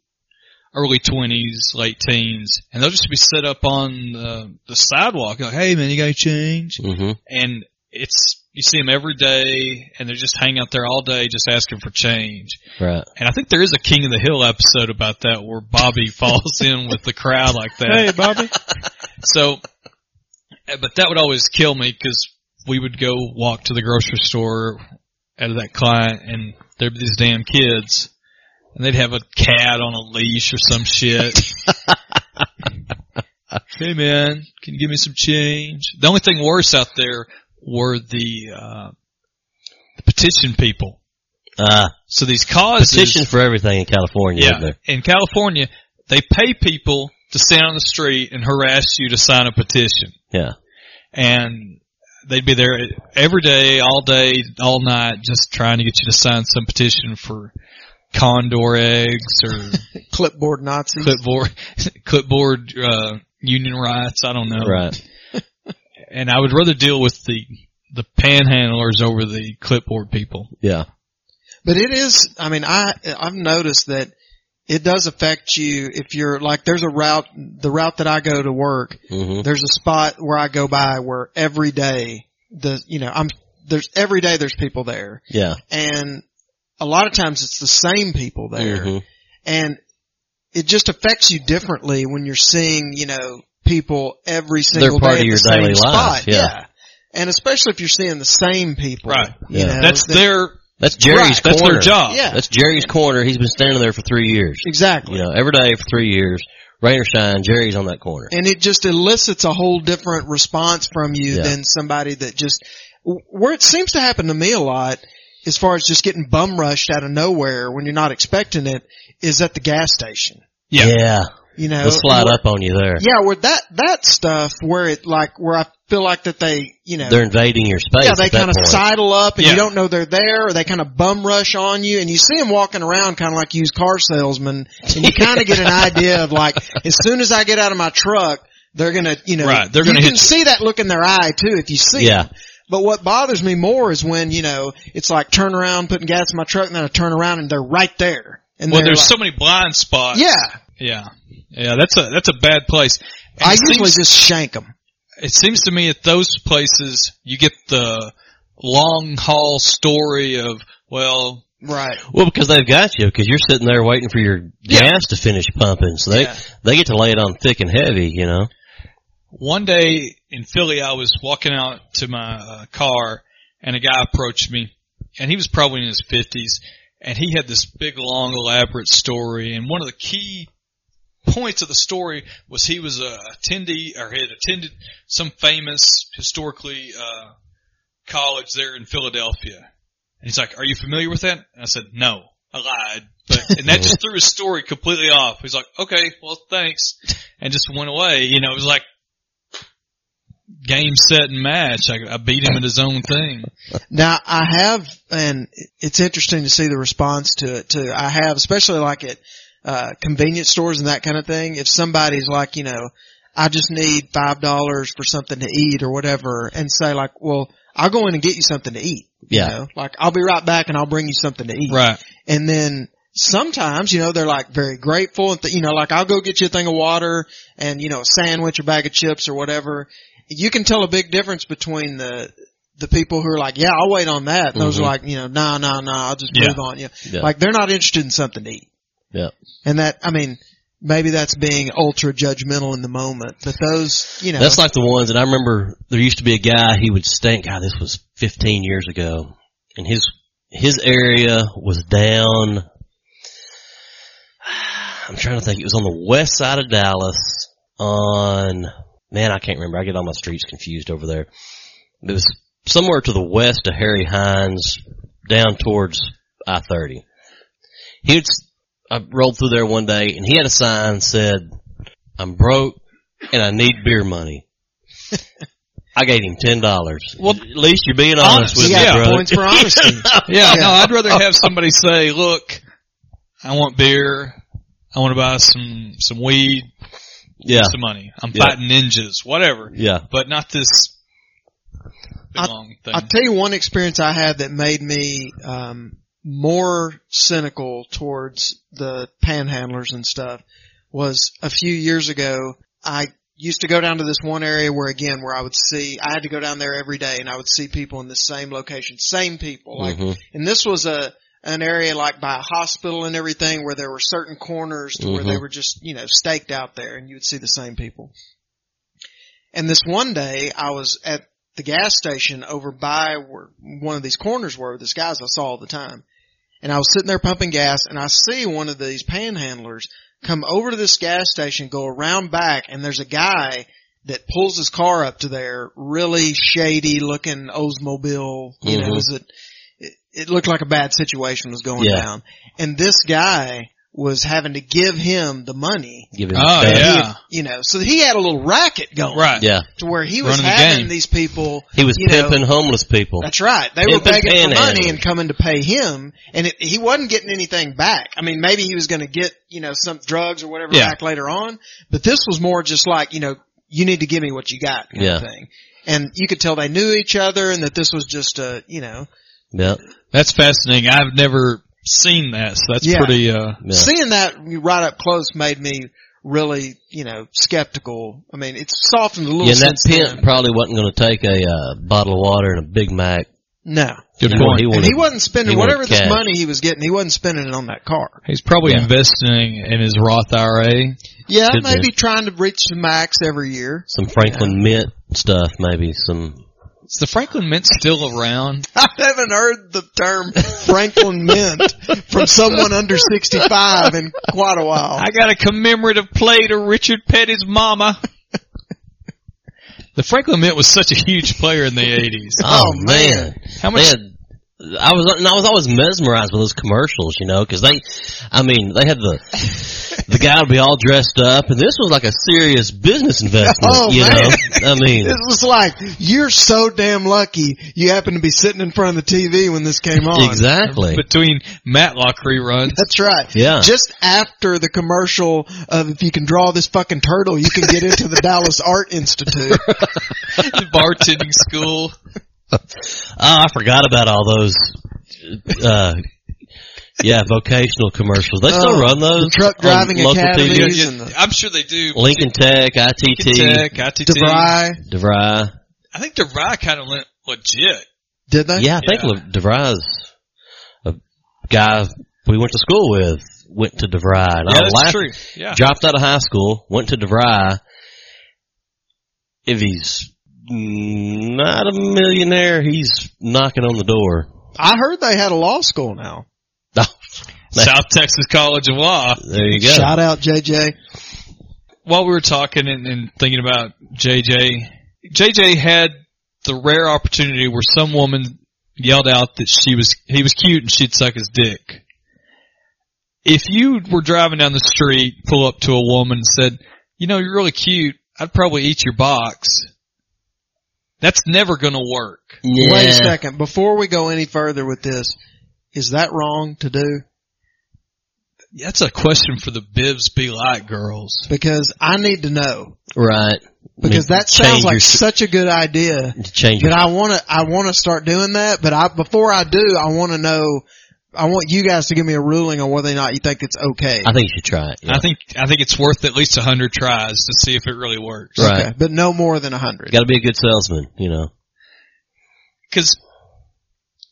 Speaker 10: early twenties, late teens, and they'll just be set up on the, the sidewalk. Like, hey man, you got any change?
Speaker 12: Mm-hmm.
Speaker 10: And it's you see them every day, and they're just hanging out there all day, just asking for change.
Speaker 12: Right.
Speaker 10: And I think there is a King of the Hill episode about that where Bobby falls in with the crowd like that.
Speaker 12: Hey, Bobby.
Speaker 10: so, eh, but that would always kill me because we would go walk to the grocery store out of that client and there'd be these damn kids and they'd have a cat on a leash or some shit. hey man, can you give me some change? The only thing worse out there were the, uh, the petition people.
Speaker 12: Uh,
Speaker 10: so these causes
Speaker 12: petition for everything in California. Isn't there?
Speaker 10: in California, they pay people to stand on the street and harass you to sign a petition.
Speaker 12: Yeah.
Speaker 10: And they'd be there every day, all day, all night, just trying to get you to sign some petition for condor eggs or
Speaker 11: clipboard Nazis,
Speaker 10: clipboard, clipboard, uh, union rights. I don't know.
Speaker 11: Oh.
Speaker 12: Right.
Speaker 10: and I would rather deal with the, the panhandlers over the clipboard people.
Speaker 12: Yeah.
Speaker 11: But it is, I mean, I, I've noticed that it does affect you if you're like, there's a route, the route that I go to work,
Speaker 12: Mhm.
Speaker 11: there's a spot where I go by where every day the, you know, I'm, there's every day there's people there.
Speaker 12: Yeah.
Speaker 11: And a lot of times it's the same people there.
Speaker 12: Mhm.
Speaker 11: And it just affects you differently when you're seeing, you know, people every single
Speaker 12: part
Speaker 11: day
Speaker 12: of
Speaker 11: at
Speaker 12: your
Speaker 11: the same
Speaker 12: daily life,
Speaker 11: spot.
Speaker 12: yeah.
Speaker 11: And especially if you're seeing the same people.
Speaker 10: Right.
Speaker 11: You know,
Speaker 10: That's
Speaker 11: then-
Speaker 10: their
Speaker 12: That's Jerry's
Speaker 11: Right, that's
Speaker 12: corner.
Speaker 11: their job. Yeah.
Speaker 12: That's Jerry's corner. He's been standing there for three years.
Speaker 11: Exactly.
Speaker 12: You know, every day for three years, rain or shine, Jerry's on that corner.
Speaker 11: and it just elicits a whole different response from you
Speaker 12: Yeah.
Speaker 11: than somebody that just where it seems to happen to me a lot as far as just getting bum rushed out of nowhere when you're not expecting it is at the gas station
Speaker 10: Yeah.
Speaker 12: Yeah.
Speaker 11: you know
Speaker 12: They'll slide
Speaker 11: where-
Speaker 12: up on you there.
Speaker 11: yeah where that that stuff where it like where i feel like that they you know
Speaker 12: They're invading your space.
Speaker 11: yeah, they
Speaker 12: at that
Speaker 11: kind of
Speaker 12: point.
Speaker 11: sidle up and
Speaker 12: Yeah.
Speaker 11: you don't know they're there or they kind of bum rush on you and you see them walking around kind of like used car salesmen and you kind of get an idea of like, as soon as I get out of my truck, they're going to, you know,
Speaker 10: Right, they're gonna
Speaker 11: you
Speaker 10: hit
Speaker 11: can
Speaker 10: you.
Speaker 11: see that look in their eye too if you see
Speaker 12: Yeah.
Speaker 11: it. But what bothers me more is when, you know, it's like turn around, putting gas in my truck and then I turn around and they're right there. And
Speaker 10: well,
Speaker 11: they're
Speaker 10: there's
Speaker 11: like-
Speaker 10: so many blind spots.
Speaker 11: Yeah.
Speaker 10: Yeah. Yeah, that's a that's a bad place. And
Speaker 11: I
Speaker 10: it
Speaker 11: usually
Speaker 10: seems-
Speaker 11: just shank them.
Speaker 10: It seems to me at those places you get the long haul story of well,
Speaker 11: Right.
Speaker 12: Well, because they've got you, because you're sitting there waiting for your gas to finish pumping, so they
Speaker 10: Yeah.
Speaker 12: they get to lay it on thick and heavy, you know.
Speaker 10: One day in Philly, I was walking out to my uh, car, and a guy approached me, and he was probably in his fifties, and he had this big, long, elaborate story. And one of the key points of the story was he was a attendee or had attended some famous historically uh, college there in Philadelphia. And he's like, "Are you familiar with that?" And I said, "No." I lied, but and that just threw his story completely off. He's like, "Okay, well, thanks," and just went away. You know, it was like game, set, and match. I, I beat him at his own thing.
Speaker 11: Now I have, and it's interesting to see the response to it too. I have, especially like at uh, convenience stores and that kind of thing. If somebody's like, you know, I just need five dollars for something to eat or whatever, and say like, well, I'll go in and get you something to eat.
Speaker 12: Yeah.
Speaker 11: You know? Like I'll be right back and I'll bring you something to eat.
Speaker 10: Right.
Speaker 11: And then sometimes, you know, they're like very grateful and th- you know, like I'll go get you a thing of water and you know, a sandwich, a bag of chips or whatever. You can tell a big difference between the the people who are like, yeah, I'll wait on that. And those are
Speaker 12: Mhm.
Speaker 11: like, you know, nah, nah, nah, I'll just
Speaker 12: Yeah.
Speaker 11: move on. You know,
Speaker 12: Yeah.
Speaker 11: like they're not interested in something to eat.
Speaker 12: Yeah.
Speaker 11: And that, I mean, maybe that's being ultra judgmental in the moment, but those, you know,
Speaker 12: That's like the ones that I remember. There used to be a guy. He would stink. God, this was 15 years ago, and his his area was down. I'm trying to think. It was on the west side of Dallas. On man, I can't remember. I get all my streets confused over there. It was somewhere to the west of Harry Hines, down towards I-30. He would s- I rolled through there one day and he had a sign that said, I'm broke and I need beer money. I gave him ten dollars. Well, at least you're being honest, with me, brother.
Speaker 10: yeah, no, I'd rather have somebody say, "Look, I want beer. I want to buy some some weed.
Speaker 12: Yeah.
Speaker 10: some money. I'm
Speaker 12: Yeah.
Speaker 10: fighting ninjas, whatever."
Speaker 12: Yeah.
Speaker 10: but not this big
Speaker 11: I-
Speaker 10: long thing.
Speaker 11: I'll tell you one experience I had that made me um, more cynical towards the panhandlers and stuff was a few years ago. I used to go down to this one area where again where I would see I had to go down there every day and I would see people in the same location, same people. Like
Speaker 12: Mhm.
Speaker 11: and this was a an area like by a hospital and everything where there were certain corners to where they
Speaker 12: Mhm.
Speaker 11: were just, you know, staked out there and you would see the same people. And this one day I was at the gas station over by where one of these corners were, this guys I saw all the time. And I was sitting there pumping gas and I see one of these panhandlers come over to this gas station, go around back and there's a guy that pulls his car up to there, really shady looking Oldsmobile, you know,
Speaker 12: Mhm.
Speaker 11: is it, it, it looked like a bad situation was going
Speaker 12: Yeah.
Speaker 11: down. And this guy was having to give him the money.
Speaker 12: Give him
Speaker 10: Oh,
Speaker 12: the-
Speaker 10: yeah.
Speaker 11: You know, so he had a little racket going.
Speaker 10: Right.
Speaker 12: Yeah.
Speaker 11: To where he was
Speaker 12: Running the
Speaker 11: having
Speaker 12: game.
Speaker 11: these people.
Speaker 12: He was
Speaker 11: you know,
Speaker 12: pimping homeless people.
Speaker 11: that's right. They were
Speaker 12: Pimping
Speaker 11: begging for money
Speaker 12: panhandlers.
Speaker 11: and coming to pay him, and it, he wasn't getting anything back. I mean, maybe he was going to get you know some drugs or whatever
Speaker 12: Yeah.
Speaker 11: back later on, but this was more just like you know you need to give me what you got kind
Speaker 12: Yeah.
Speaker 11: of thing. And you could tell they knew each other, and that this was just a you know
Speaker 12: Yeah.
Speaker 10: That's fascinating. I've never seen that, so that's
Speaker 11: Yeah.
Speaker 10: pretty. Uh,
Speaker 11: seeing that right up close made me really you know skeptical. I mean, it's softened a little
Speaker 12: Yeah, and that
Speaker 11: since
Speaker 12: pimp
Speaker 11: then.
Speaker 12: probably wasn't going to take a uh, bottle of water and a Big Mac.
Speaker 11: No.
Speaker 10: Good
Speaker 12: he
Speaker 10: point.
Speaker 12: wanted-
Speaker 11: and
Speaker 12: wanted-
Speaker 11: he wasn't spending
Speaker 12: he wanted
Speaker 11: whatever this
Speaker 12: cash.
Speaker 11: money he was getting. He wasn't spending it on that car.
Speaker 10: he's probably investing in his Roth IRA.
Speaker 11: Yeah,
Speaker 12: Could
Speaker 11: maybe
Speaker 12: be.
Speaker 11: trying to reach the max every year.
Speaker 12: Some Franklin Mint stuff, maybe some.
Speaker 10: Is the Franklin Mint still around?
Speaker 11: I haven't heard the term Franklin Mint from someone under 65 in quite a while.
Speaker 10: I got a commemorative plate of Richard Petty's mama. the Franklin Mint was such a huge player in the 80s.
Speaker 12: Oh, man.
Speaker 10: How much-
Speaker 12: They had, I was and I was always mesmerized with those commercials, you know, because they, I mean, they had the the guy would be all dressed up, and this was like a serious business investment,
Speaker 11: Oh,
Speaker 12: you
Speaker 11: man.
Speaker 12: know. I mean,
Speaker 11: It was like, you're so damn lucky you happen to be sitting in front of the TV when this came on.
Speaker 12: exactly.
Speaker 10: Between Matlock reruns.
Speaker 11: That's right.
Speaker 12: Yeah.
Speaker 11: Just after the commercial of if you can draw this fucking turtle, you can get into the Dallas Art Institute.
Speaker 10: the bartending school.
Speaker 12: Oh, I forgot about all those. Uh, yeah, vocational commercials. They still
Speaker 11: Oh,
Speaker 12: run those.
Speaker 11: the truck
Speaker 12: on
Speaker 11: driving
Speaker 12: local
Speaker 11: academies
Speaker 12: TV?
Speaker 11: and the-
Speaker 10: I'm sure they do.
Speaker 12: Lincoln Tech,
Speaker 10: Lincoln
Speaker 12: ITT,
Speaker 10: Tech, ITT.
Speaker 11: DeVry,
Speaker 12: DeVry.
Speaker 10: I think DeVry kind of went legit.
Speaker 11: did they?
Speaker 12: Yeah, I think
Speaker 10: Yeah.
Speaker 12: Le- DeVry's a guy we went to school with went to DeVry. And
Speaker 10: Yeah,
Speaker 12: I
Speaker 10: that's
Speaker 12: laughed-
Speaker 10: true. Yeah.
Speaker 12: Dropped out of high school, went to DeVry. If he's not a millionaire, he's knocking on the door.
Speaker 11: I heard they had a law school now.
Speaker 10: South Texas College of Law.
Speaker 12: There you go.
Speaker 11: Shout out JJ.
Speaker 10: While we were talking and, and thinking about JJ, JJ had the rare opportunity where some woman yelled out that she was he was cute and she'd suck his dick. If you were driving down the street, pull up to a woman and said, "You know, you're really cute. I'd probably eat your box." That's never going to work.
Speaker 12: Yeah.
Speaker 11: Wait a second. Before we go any further with this, is that wrong to do?
Speaker 10: That's a question for the Bibs Be Like girls.
Speaker 11: Because I need to know.
Speaker 12: Right.
Speaker 11: Because that
Speaker 12: Change
Speaker 11: sounds
Speaker 12: your
Speaker 11: like
Speaker 12: s-
Speaker 11: such a good idea
Speaker 12: change your
Speaker 11: that I want to, I want to start doing that. But I, before I do, I want to know, I want you guys to give me a ruling on whether or not you think it's okay.
Speaker 12: I think you should try it. yeah.
Speaker 10: I think I think it's worth at least a hundred tries to see if it really works.
Speaker 12: Right.
Speaker 11: Okay, But no more than a hundred.
Speaker 12: Got to be a good salesman, you know.
Speaker 10: Because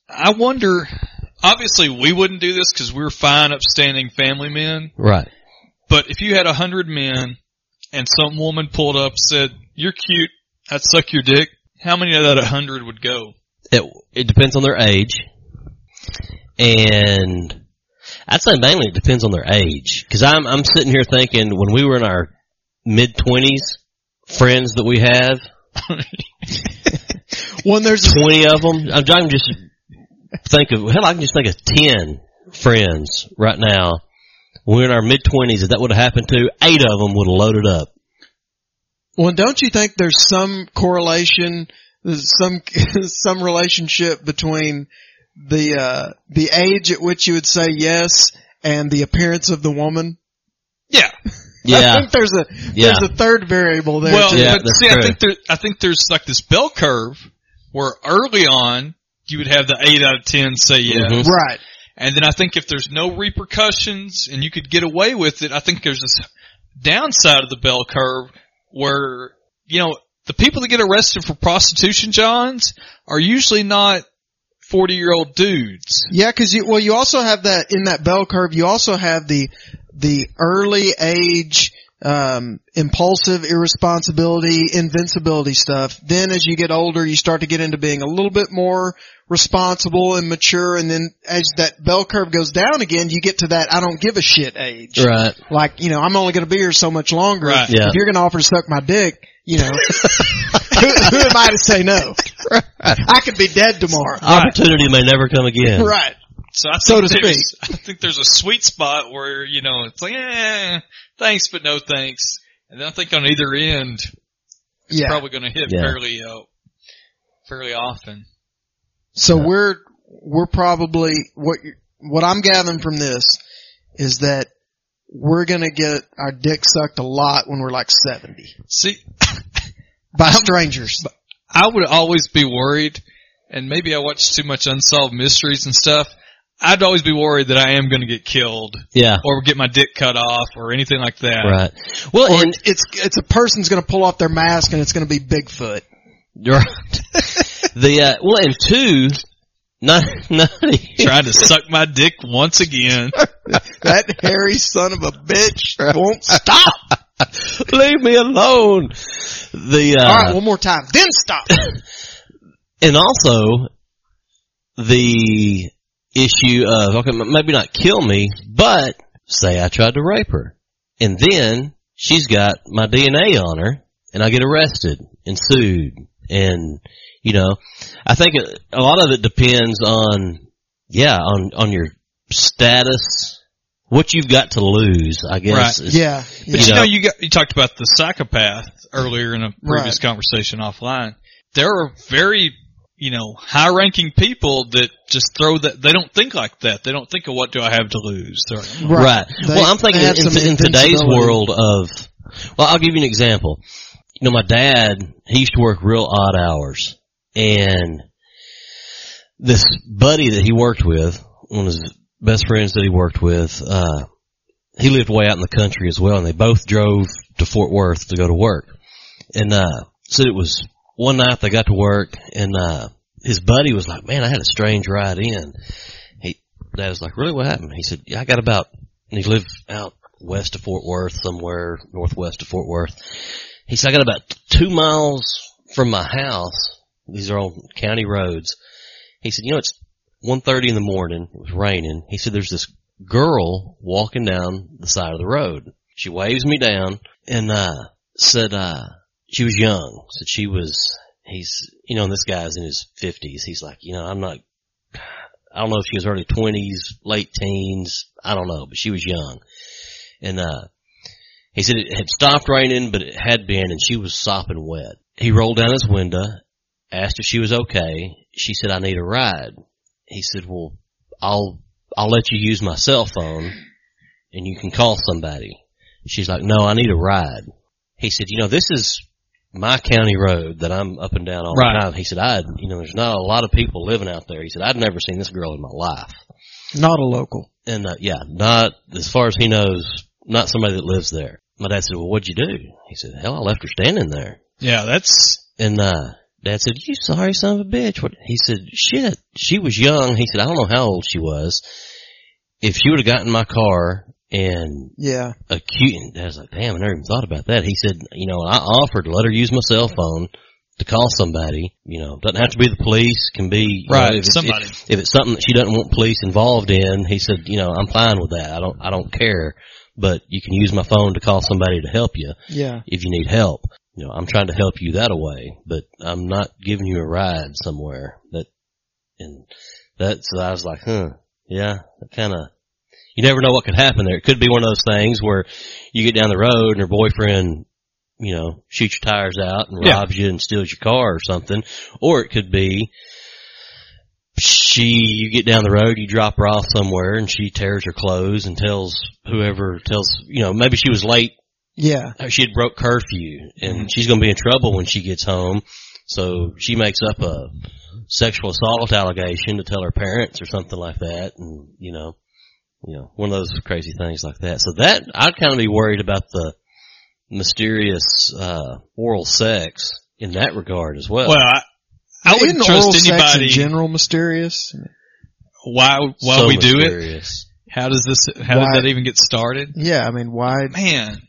Speaker 10: I wonder. Obviously, we wouldn't do this because we're fine, upstanding family men.
Speaker 12: Right.
Speaker 10: But if you had a hundred men and some woman pulled up and said, "You're cute. I'd suck your dick," how many of that hundred would go?
Speaker 12: It it depends on their age, and I'd say mainly it depends on their age. Because I'm I'm sitting here thinking when we were in our mid twenties, friends that we have,
Speaker 11: When there's
Speaker 12: twenty of them. I'm, I can just think of hell. I can just think of ten friends right now When we we're in our mid twenties, if that would have happened to, eight of them would have loaded up.
Speaker 11: Well, don't you think there's some correlation, some some relationship between the uh, the age at which you would say yes and the appearance of the woman?
Speaker 10: Yeah.
Speaker 12: Yeah.
Speaker 11: I think there's a
Speaker 12: Yeah.
Speaker 11: there's a third variable there.
Speaker 10: Well,
Speaker 11: too.
Speaker 10: but see, I think there, I think there's like this bell curve where early on you would have the eight out of ten say yes,
Speaker 11: Mhm. Right.
Speaker 10: And then I think if there's no repercussions and you could get away with it, I think there's this downside of the bell curve where you know the people that get arrested for prostitution, Johns, are usually not forty year old dudes.
Speaker 11: Yeah, because you well, you also have that in that bell curve. You also have the the early age um, impulsive irresponsibility, invincibility stuff. Then as you get older, you start to get into being a little bit more responsible and mature. And then as that bell curve goes down again, you get to that I don't give a shit age.
Speaker 12: Right.
Speaker 11: Like you know, I'm only going to be here so much longer.
Speaker 12: Right. Yeah.
Speaker 11: If you're going to offer to suck my dick, you know, who, who am I to say no? I could be dead tomorrow.
Speaker 12: Opportunity may never come again.
Speaker 11: Right.
Speaker 10: So I
Speaker 11: So
Speaker 10: think
Speaker 11: to
Speaker 10: there's, I think there's a sweet spot where you know it's like, eh, thanks but no thanks, and then I think on either end, it's
Speaker 11: Yeah.
Speaker 10: probably going to hit
Speaker 11: Yeah.
Speaker 10: fairly, uh, fairly often.
Speaker 11: So we're we're probably what you- what I'm gathering from this is that we're gonna get our dick sucked a lot when we're like 70
Speaker 10: See,
Speaker 11: by strangers.
Speaker 10: I would always be worried, and maybe I watch too much unsolved mysteries and stuff. I'd always be worried that I am going to get killed,
Speaker 12: Yeah.
Speaker 10: or get my dick cut off, or anything like that.
Speaker 12: Right. Well,
Speaker 11: Or
Speaker 12: and
Speaker 11: it's it's a person's gonna pull off their mask and it's gonna be Bigfoot.
Speaker 12: You're right. the uh, well, and two, not not
Speaker 10: Trying to suck my dick once again.
Speaker 11: That hairy son of a bitch won't stop.
Speaker 12: Leave me alone. The uh,
Speaker 11: All right, one more time, then stop.
Speaker 12: and also the issue of okay, m- maybe not kill me, but say I tried to rape her, and then she's got my DNA on her, and I get arrested and sued, and you know, I think it- a lot of it depends on yeah on on your status, what you've got to lose, I guess.
Speaker 10: Right.
Speaker 12: is-
Speaker 11: Yeah.
Speaker 10: But you know, you got, you talked about the psychopath earlier in a previous conversation offline. There are very, you know, high ranking people that just throw that, they don't think like that. They don't think of what do I have to lose. They're-
Speaker 12: Right. well, I'm thinking in, in today's world of. Well, I'll give you an example. You know, my dad he used to work real odd hours, and this buddy that he worked with, one of his best friends that he worked with, uh, he lived way out in the country as well, and they both drove to Fort Worth to go to work. And uh, so it was one night they got to work, and uh, his buddy was like, "Man, I had a strange ride in." He dad was like, "Really, what happened?" He said, "Yeah, I got about." And he lived out west of Fort Worth, somewhere northwest of Fort Worth. He said, "I got about two miles from my house. These are on county roads." He said, "You know, it's one thirty in the morning. It was raining." He said, "There's this girl walking down the side of the road. She waves me down and uh said uh she was young. Said she was he's you know, and this guy's in his fifties. He's like, you know, I'm not I don't know if she was early twenties, late teens, I don't know, but she was young. And uh he said it had stopped raining but it had been and she was sopping wet. He rolled down his window, asked if she was okay. She said, I need a ride. He said, Well, I'll I'll let you use my cell phone and you can call somebody. She's like, No, I need a ride. He said, You know, this is my county road that I'm up and down all
Speaker 10: Right.
Speaker 12: the time. He said, I you know, there's not a lot of people living out there. He said, I'd never seen this girl in my life.
Speaker 11: Not a local.
Speaker 12: And uh, yeah, not as far as he knows, not somebody that lives there. My dad said, Well what'd you do? He said, Hell, I left her standing there.
Speaker 10: Yeah, that's.
Speaker 12: And uh, Dad said, "You sorry son of a bitch." What? He said, "Shit, she was young." He said, "I don't know how old she was. If she would have gotten in my car and
Speaker 11: Yeah.
Speaker 12: acute," and Dad's like, "Damn, I never even thought about that." He said, "You know, I offered to let her use my cell phone." To call somebody, you know, doesn't have to be the police. Can be you know,
Speaker 10: Right,
Speaker 12: if it's-
Speaker 10: somebody.
Speaker 12: If, if it's something that she doesn't want police involved in, he said, you know, I'm fine with that. I don't, I don't care. But you can use my phone to call somebody to help you
Speaker 11: Yeah.
Speaker 12: if you need help. You know, I'm trying to help you that way, but I'm not giving you a ride somewhere. That and that so I was like, huh, yeah, that kind of you never know what could happen there. It could be one of those things where you get down the road and her boyfriend, you know, shoots your tires out and
Speaker 15: Yeah.
Speaker 12: robs you and steals your car or something. Or it could be she, you get down the road, you drop her off somewhere and she tears her clothes and tells whoever tells, you know, maybe she was late Uh,
Speaker 11: Yeah.
Speaker 12: she had broke curfew and she's going to be in trouble when she gets home. So she makes up a sexual assault allegation to tell her parents or something like that. And you know, you know, one of those crazy things like that. So that I'd kind of be worried about the mysterious, uh, oral sex in that regard as well.
Speaker 10: Well, I, I wouldn't
Speaker 11: Isn't
Speaker 10: trust
Speaker 11: oral sex in
Speaker 10: anybody.
Speaker 11: general mysterious?
Speaker 10: why why
Speaker 12: So
Speaker 10: we do
Speaker 12: mysterious.
Speaker 10: it? How does this? How
Speaker 11: Why-
Speaker 10: did that even get started?
Speaker 11: Yeah, I mean, why?
Speaker 10: Man,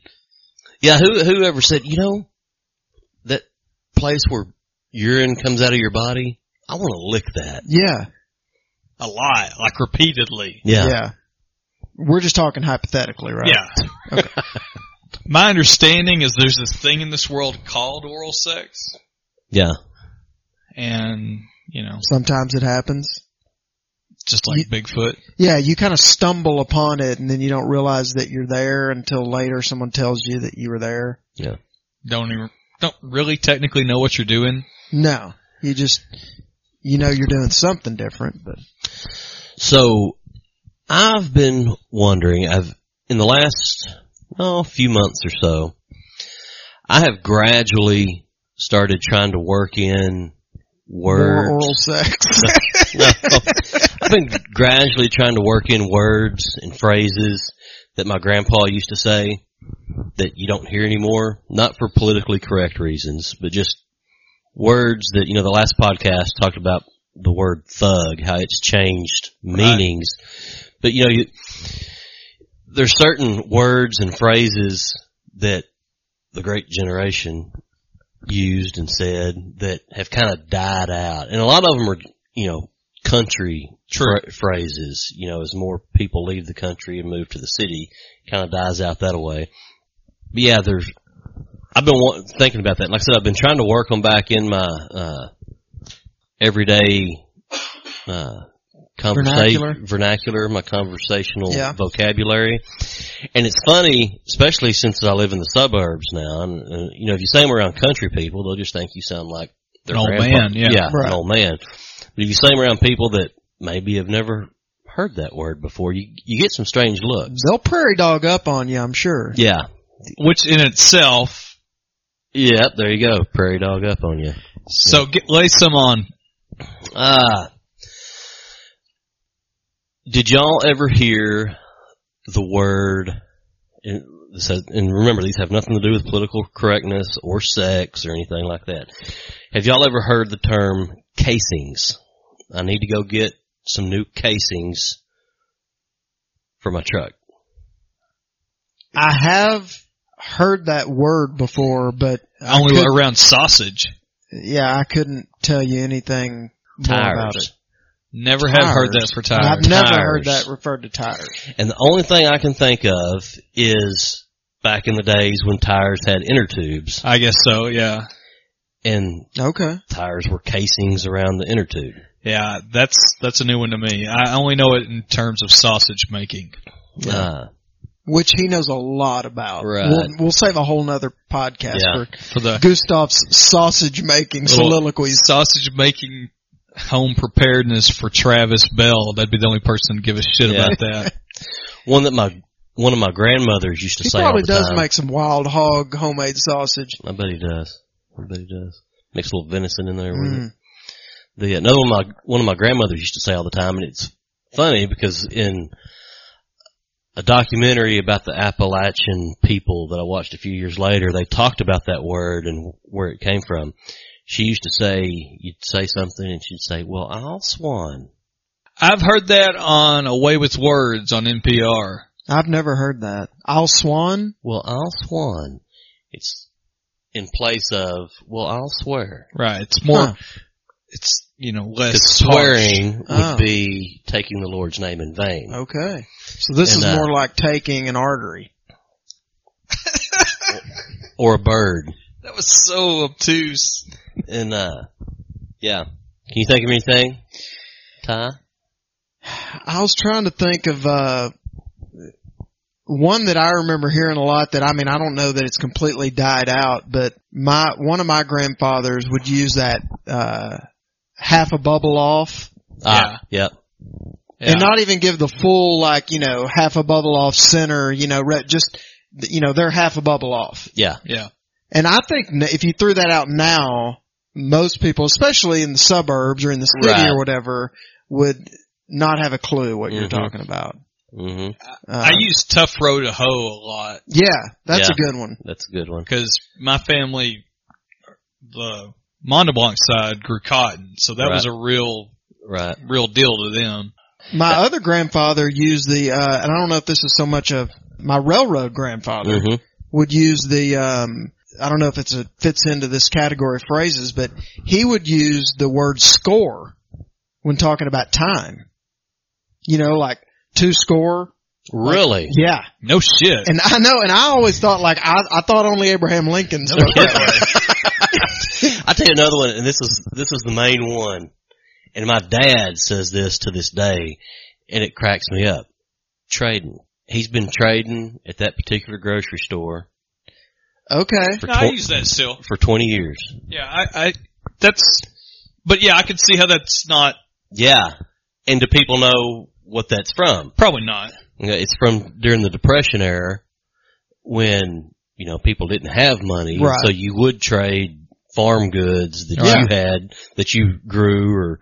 Speaker 12: Yeah, who whoever said, you know, that place where urine comes out of your body, I want to lick that.
Speaker 11: Yeah.
Speaker 10: a lot, like repeatedly.
Speaker 12: Yeah.
Speaker 11: Yeah. We're just talking hypothetically, right?
Speaker 10: Yeah. My understanding is there's this thing in this world called oral sex,
Speaker 12: Yeah.
Speaker 10: and you know,
Speaker 11: Sometimes it happens.
Speaker 10: just like Bigfoot.
Speaker 11: Yeah, you kind of stumble upon it and then you don't realize that you're there until later someone tells you that you were there.
Speaker 12: Yeah.
Speaker 10: Don't even don't really technically know what you're doing.
Speaker 11: No. You just, you know you're doing something different, but
Speaker 12: So I've been wondering, I've, in the last, oh, few months or so, I have gradually started trying to work in
Speaker 11: more
Speaker 12: words.
Speaker 11: oral sex.
Speaker 12: No. I've been gradually trying to work in words and phrases that my grandpa used to say that you don't hear anymore, not for politically correct reasons, but just words that, you know, the last podcast talked about the word thug, how it's changed meanings. But you know, you, there's certain words and phrases that the great generation used and said that have kind of died out. And a lot of them are, you know, country phra- phrases, you know, as more people leave the country and move to the city, kind of dies out that way. But yeah, there's, I've been wa- thinking about that. Like I said, I've been trying to work on back in my, uh, everyday, uh,
Speaker 11: Vernacular?
Speaker 12: conversation, vernacular, my conversational
Speaker 11: Yeah.
Speaker 12: vocabulary. And it's funny, especially since I live in the suburbs now, and uh, you know, if you say them around country people, they'll just think you sound like their
Speaker 10: An old
Speaker 12: grandpa.
Speaker 10: man, yeah. Right.
Speaker 12: an old man. But if you say them around people that maybe have never heard that word before, you you get some strange looks.
Speaker 11: They'll prairie dog up on you, I'm sure.
Speaker 12: Yeah,
Speaker 10: which in itself.
Speaker 12: Yep, there you go. Prairie dog up on you.
Speaker 10: So get, lay some on.
Speaker 12: Ah. Did y'all ever hear the word? And, this has- and remember, these have nothing to do with political correctness or sex or anything like that. Have y'all ever heard the term casings? I need to go get some new casings for my truck.
Speaker 11: I have heard that word before, but I
Speaker 10: Only
Speaker 11: couldn't-
Speaker 10: around sausage.
Speaker 11: Yeah, I couldn't tell you anything more about it.
Speaker 12: Tires.
Speaker 10: Never have heard that for tires.
Speaker 11: I've never heard
Speaker 12: Uh, Tires.
Speaker 11: that referred to tires.
Speaker 12: And the only thing I can think of is back in the days when tires had inner tubes.
Speaker 10: I guess so. Yeah.
Speaker 12: And
Speaker 11: okay,
Speaker 12: tires were casings around the inner tube.
Speaker 10: Yeah, that's that's a new one to me. I only know it in terms of sausage making.
Speaker 12: Ah.
Speaker 11: Which he knows a lot about.
Speaker 12: Right.
Speaker 11: We'll, we'll save a whole nother podcast
Speaker 10: Yeah,
Speaker 11: for,
Speaker 10: for the-
Speaker 11: Gustav's sausage making soliloquies.
Speaker 10: Sausage making home preparedness for Travis Bell. That'd be the only person to give a shit
Speaker 12: Yeah.
Speaker 10: about that.
Speaker 12: One that my one of my grandmothers used to
Speaker 11: He
Speaker 12: say all
Speaker 11: probably
Speaker 12: the
Speaker 11: does
Speaker 12: time.
Speaker 11: make some wild hog homemade sausage.
Speaker 12: I bet he does. I bet he does. Makes a little venison in there.
Speaker 11: Mm.
Speaker 12: With it. The another one my one of my grandmothers used to say all the time, and it's funny because in a documentary about the Appalachian people that I watched a few years later, they talked about that word and where it came from. She used to say, you'd say something and she'd say, well, I'll swan.
Speaker 10: I've heard that on Away with Words on NPR.
Speaker 11: I've never heard that. I'll swan.
Speaker 12: Well, I'll swan. It's in place of, well, I'll swear.
Speaker 10: Right. It's more
Speaker 12: Huh.
Speaker 10: it's you know, less
Speaker 12: 'Cause swearing
Speaker 10: harsh. Oh.
Speaker 12: would be taking the Lord's name in vain.
Speaker 11: Okay. So this
Speaker 12: And,
Speaker 11: is
Speaker 12: uh,
Speaker 11: more like taking an artery.
Speaker 12: Or a bird.
Speaker 10: That was so obtuse.
Speaker 12: And, uh, yeah. Can you think of anything? Ty?
Speaker 11: I was trying to think of uh one that I remember hearing a lot that I mean I don't know that it's completely died out, but my one of my grandfathers would use that uh half a bubble off.
Speaker 12: Ah, yeah.
Speaker 11: Yeah. And not even give the full like, you know, half a bubble off center, you know, re- just you know, they're half a bubble off.
Speaker 12: Yeah.
Speaker 10: Yeah.
Speaker 11: And I think n- if you threw that out now, most people, especially in the suburbs or in the city
Speaker 12: Right.
Speaker 11: or whatever, would not have a clue what you're
Speaker 10: Mhm.
Speaker 11: talking about. Uh,
Speaker 12: Mm-hmm.
Speaker 10: I use tough row to hoe a lot
Speaker 11: Yeah, that's
Speaker 10: Yeah.
Speaker 11: a good one.
Speaker 12: That's a good one.
Speaker 10: because my family, the Monteblanc side, grew cotton, so that
Speaker 11: Right.
Speaker 10: was a real,
Speaker 12: right.
Speaker 10: real deal to them.
Speaker 11: My other grandfather used the, uh, and I don't know if this is so much of my railroad grandfather
Speaker 10: Mm-hmm.
Speaker 12: Mhm.
Speaker 11: would use the, um, I don't know if it's a fits into this category of phrases, but he would use the word score when talking about time. You know, like two score. Like,
Speaker 12: Really?
Speaker 11: yeah.
Speaker 10: No shit.
Speaker 11: And I know, and I always thought like I, I thought only Abraham Lincoln. spoke that way.
Speaker 12: I tell you another one, and this is this is the main one. And my dad says this to this day, and it cracks me up. Trading. He's been trading at that particular grocery store
Speaker 11: Okay.
Speaker 12: for
Speaker 10: No, I
Speaker 12: twen-
Speaker 10: use that still.
Speaker 12: for twenty years.
Speaker 10: Yeah, I, I, that's, but yeah, I could see how that's not.
Speaker 12: Yeah. And do people know what that's from?
Speaker 10: Probably not.
Speaker 12: You know, It's from during the Depression era when, you know, people didn't have money.
Speaker 11: Right.
Speaker 12: So you would trade farm goods that
Speaker 11: Yeah.
Speaker 12: you had, that you grew or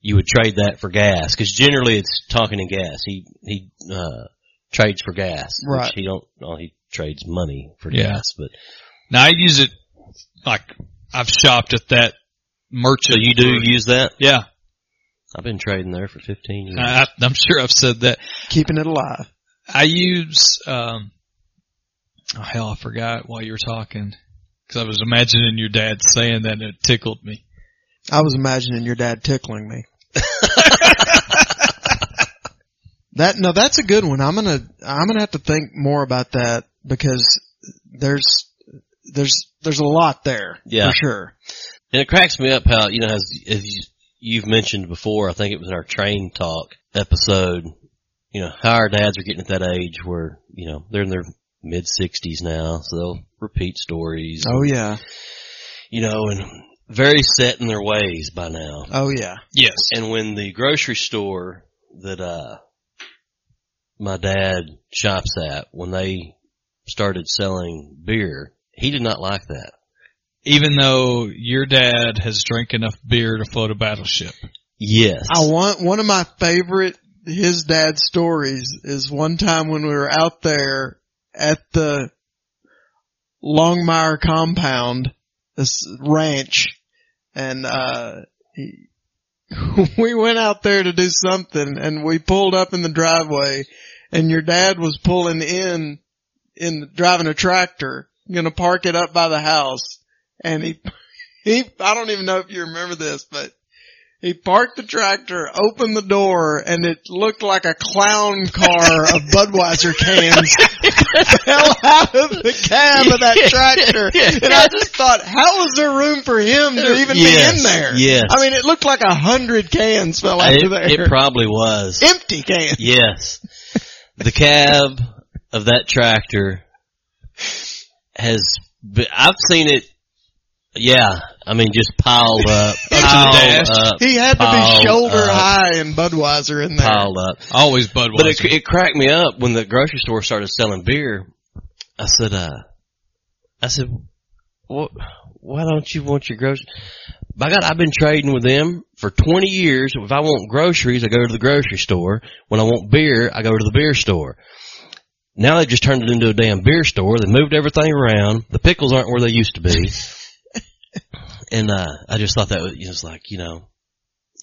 Speaker 12: you would trade that for gas. Cause generally it's talking in gas. He, he, uh, trades for gas.
Speaker 10: Right.
Speaker 12: Which he don't, well, he trades money for
Speaker 10: Yeah.
Speaker 12: gas, but.
Speaker 10: Now I use it like I've shopped at that merchant.
Speaker 12: So you do use that?
Speaker 10: Yeah.
Speaker 12: I've been trading there for 15 years.
Speaker 10: I, I'm sure I've said that.
Speaker 11: Keeping it alive.
Speaker 10: I use, um, oh hell, I forgot while you were talking because I was imagining your dad saying that and it tickled me.
Speaker 11: I was imagining your dad tickling me. that no, that's a good one. I'm gonna I'm gonna have to think more about that because there's there's there's a lot there.
Speaker 12: Yeah.
Speaker 11: for sure.
Speaker 12: And it cracks me up how, you know, as, as you- you've mentioned before, I think it was in our train talk episode, you know, how our dads are getting at that age where, you know, they're in their mid sixties now, so they'll repeat stories.
Speaker 11: Oh yeah.
Speaker 12: You know, and very set in their ways by now.
Speaker 11: Oh yeah.
Speaker 10: Yes.
Speaker 12: And when the grocery store that, uh, my dad shops at, when they started selling beer, he did not like that.
Speaker 10: Even though your dad has drank enough beer to float a battleship.
Speaker 12: Yes.
Speaker 11: I want one of my favorite his dad's stories is one time when we were out there at the Longmire compound, this ranch, and uh he, we went out there to do something and we pulled up in the driveway and your dad was pulling in in driving a tractor, gonna park it up by the house and he he I don't even know if you remember this, but he parked the tractor, opened the door, and it looked like a clown car of Budweiser cans fell out of the cab of that tractor. And I just thought, how was there room for him to even
Speaker 12: Yes,
Speaker 11: be in there?
Speaker 12: yes.
Speaker 11: I mean, it looked like a hundred cans fell out of there.
Speaker 12: it, it probably was.
Speaker 11: Empty cans.
Speaker 12: Yes. The cab of that tractor has been, I've seen it, yeah, I mean just piled up, piled up.
Speaker 11: he had to
Speaker 12: piled
Speaker 11: be shoulder
Speaker 12: up,
Speaker 11: high in Budweiser in there.
Speaker 12: Piled up.
Speaker 10: Always Budweiser.
Speaker 12: But it, it cracked me up when the grocery store started selling beer. I said, uh, I said, what, why don't you want your groceries? By God, I've been trading with them for 20 years. If I want groceries, I go to the grocery store. When I want beer, I go to the beer store. Now they've just turned it into a damn beer store. They moved everything around. The pickles aren't where they used to be. and, uh, I just thought that was, it was like, you know,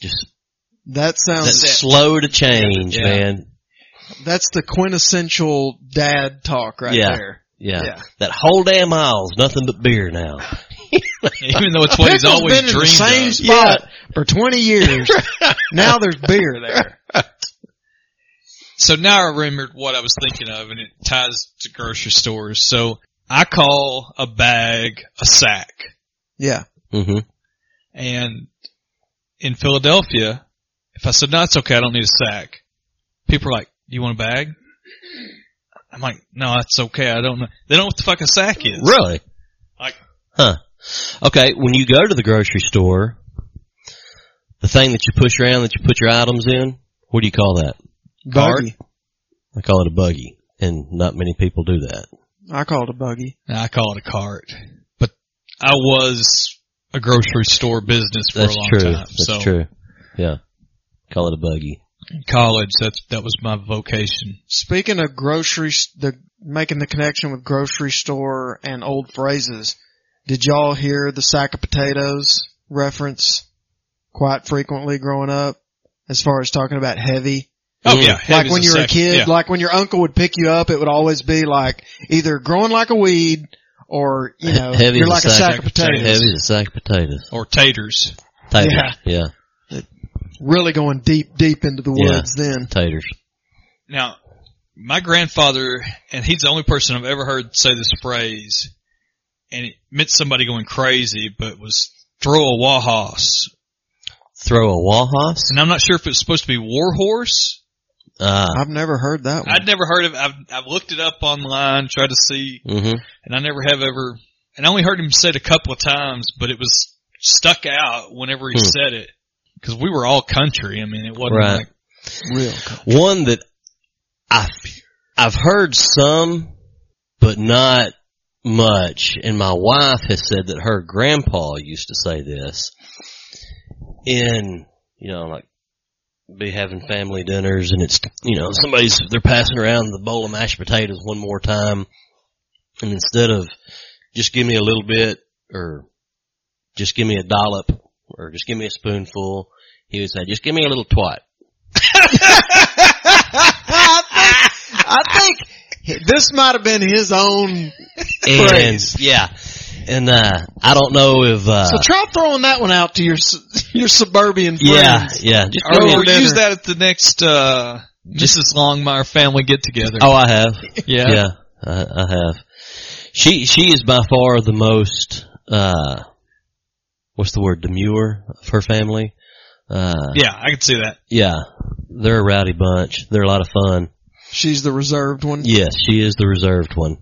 Speaker 12: just
Speaker 11: That
Speaker 12: that
Speaker 11: sounds
Speaker 12: slow to change,
Speaker 11: Yeah.
Speaker 12: man.
Speaker 11: That's the quintessential dad talk right
Speaker 12: yeah,
Speaker 11: there.
Speaker 12: Yeah.
Speaker 11: Yeah.
Speaker 12: That whole damn mile's nothing but beer now.
Speaker 10: Even though it's what he's
Speaker 11: Pickle's
Speaker 10: always
Speaker 11: been in the
Speaker 10: dreamed
Speaker 11: same
Speaker 10: of.
Speaker 11: spot for 20 years. now there's beer there.
Speaker 10: So now I remembered what I was thinking of and it ties to grocery stores. So I call a bag a sack.
Speaker 11: Yeah.
Speaker 12: Mm-hmm.
Speaker 10: And in Philadelphia, if I said, no, it's okay, I don't need a sack, people are like, you want a bag? I'm like, no, that's okay. I don't know. They don't know what the fuck a sack is.
Speaker 12: Really?
Speaker 10: Like,
Speaker 12: Huh. Okay, when you go to the grocery store, the thing that you push around that you put your items in, what do you call that?
Speaker 11: Buggy.
Speaker 12: I call it a buggy, and not many people do that.
Speaker 11: I call it a buggy.
Speaker 10: I call it a cart. But I was a grocery store business for
Speaker 12: That's
Speaker 10: a long
Speaker 12: true.
Speaker 10: time.
Speaker 12: That's
Speaker 10: so
Speaker 12: true. Yeah. Call it a buggy.
Speaker 10: in college, that's that was my vocation.
Speaker 11: Speaking of grocery, s- the making the connection with grocery store and old phrases, did y'all hear the sack of potatoes reference quite frequently growing up? As far as talking about heavy,
Speaker 10: Oh yeah,
Speaker 11: like
Speaker 10: heavy's
Speaker 11: when you were a
Speaker 10: sack.
Speaker 11: kid,
Speaker 10: Yeah.
Speaker 11: like when your uncle would pick you up, it would always be like either growing like a weed or you know
Speaker 12: Heavy
Speaker 11: you're
Speaker 12: as
Speaker 11: like a sack of potatoes,
Speaker 12: Heavy as a sack of potatoes.
Speaker 10: or taters.
Speaker 12: Taters.
Speaker 11: Yeah.
Speaker 12: Yeah.
Speaker 11: really going deep deep into the
Speaker 12: Yeah.
Speaker 11: woods. Then
Speaker 12: Taters.
Speaker 10: Now, my grandfather, and he's the only person I've ever heard say this phrase, and it meant somebody going crazy, but was throw a wahos.
Speaker 12: Throw a wahos?
Speaker 10: And I'm not sure if it's supposed to be war horse.
Speaker 12: Ah.
Speaker 11: I've never heard that one.
Speaker 10: I'd never heard of. I've I've looked it up online, tried to see,
Speaker 12: Mm-hmm.
Speaker 10: and I never have ever. And I only heard him say it a couple of times, but it was stuck out whenever he
Speaker 12: Hmm.
Speaker 10: said it because we were all country. I mean, it wasn't
Speaker 12: Right.
Speaker 10: like
Speaker 11: real.
Speaker 12: One that I've, I've heard some, but not much. And my wife has said that her grandpa used to say this in, you know, like, be having family dinners and it's, you know, somebody's, they're passing around the bowl of mashed potatoes one more time. And instead of just give me a little bit or just give me a dollop or just give me a spoonful, he would say, just give me a little twat.
Speaker 11: I think this might have been his own.
Speaker 12: and
Speaker 11: Praise.
Speaker 12: yeah, and uh, I don't know if uh,
Speaker 11: so try throwing that one out to your s- your suburban friends.
Speaker 12: yeah, yeah. Just
Speaker 10: Or
Speaker 12: give me a
Speaker 10: we'll
Speaker 12: dinner.
Speaker 10: use that at the next uh, Mrs. Longmire family get together.
Speaker 12: Oh, I have.
Speaker 10: Yeah.
Speaker 12: yeah, I, I have. She she is by far the most uh, what's the word demure of her family. Uh,
Speaker 10: yeah, I can see that.
Speaker 12: yeah, they're a rowdy bunch. They're a lot of fun.
Speaker 11: She's the reserved one.
Speaker 12: Yes, she is the reserved one.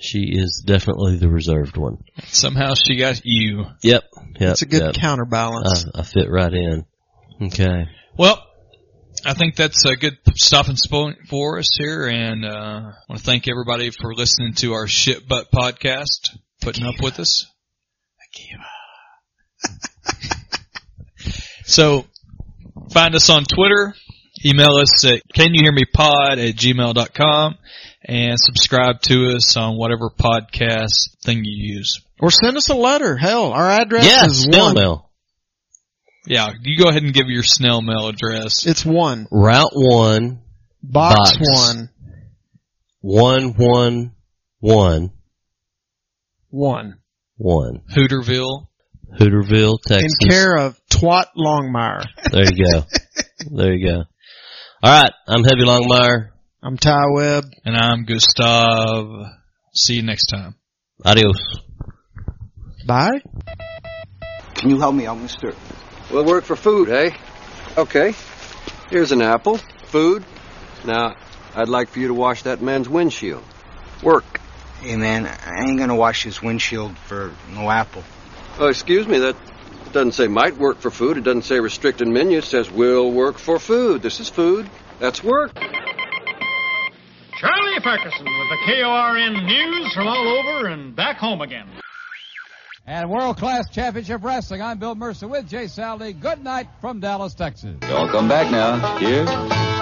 Speaker 12: She is definitely the reserved one.
Speaker 10: Somehow she got you.
Speaker 12: Yep, yep.
Speaker 11: It's a good
Speaker 12: yep.
Speaker 11: counterbalance.
Speaker 12: I, I fit right in. Okay.
Speaker 10: Well, I think that's a good stopping point for us here, and uh, I want to thank everybody for listening to our shit butt podcast, putting up with us. so, find us on Twitter, email us at canyouhearmepod at gmail.com, and subscribe to us on whatever podcast thing you use.
Speaker 11: Or send us a letter. Hell, our address
Speaker 12: Yeah,
Speaker 11: is
Speaker 12: snail
Speaker 11: one.
Speaker 12: mail.
Speaker 10: Yeah, you go ahead and give your snail mail address.
Speaker 11: It's one.
Speaker 12: Route one, Box.
Speaker 11: Box, one.
Speaker 12: one, one, one,
Speaker 11: One.
Speaker 12: one.
Speaker 10: Hooterville.
Speaker 12: Hooterville, Texas.
Speaker 11: In care of Twat Longmire.
Speaker 12: There you go. there you go. All right. I'm Heavy Longmire.
Speaker 11: I'm Ty Webb.
Speaker 10: And I'm Gustav. See you next time.
Speaker 12: Adios.
Speaker 11: Bye.
Speaker 15: Can you help me out, mister? We'll work for food, hey? Okay. Here's an apple. Food. Now, I'd like for you to wash that man's windshield. Work.
Speaker 16: Hey, man, I ain't gonna wash his windshield for no apple.
Speaker 15: Oh, excuse me, that doesn't say might work for food. It doesn't say restricted menu. It says will work for food. This is food. That's work.
Speaker 17: Charlie Ferguson with the KORN news from all over and back home again.
Speaker 18: and World Class Championship Wrestling. I'm Bill Mercer with Jay Sally. Good night from Dallas, Texas.
Speaker 19: Y'all come back now. Here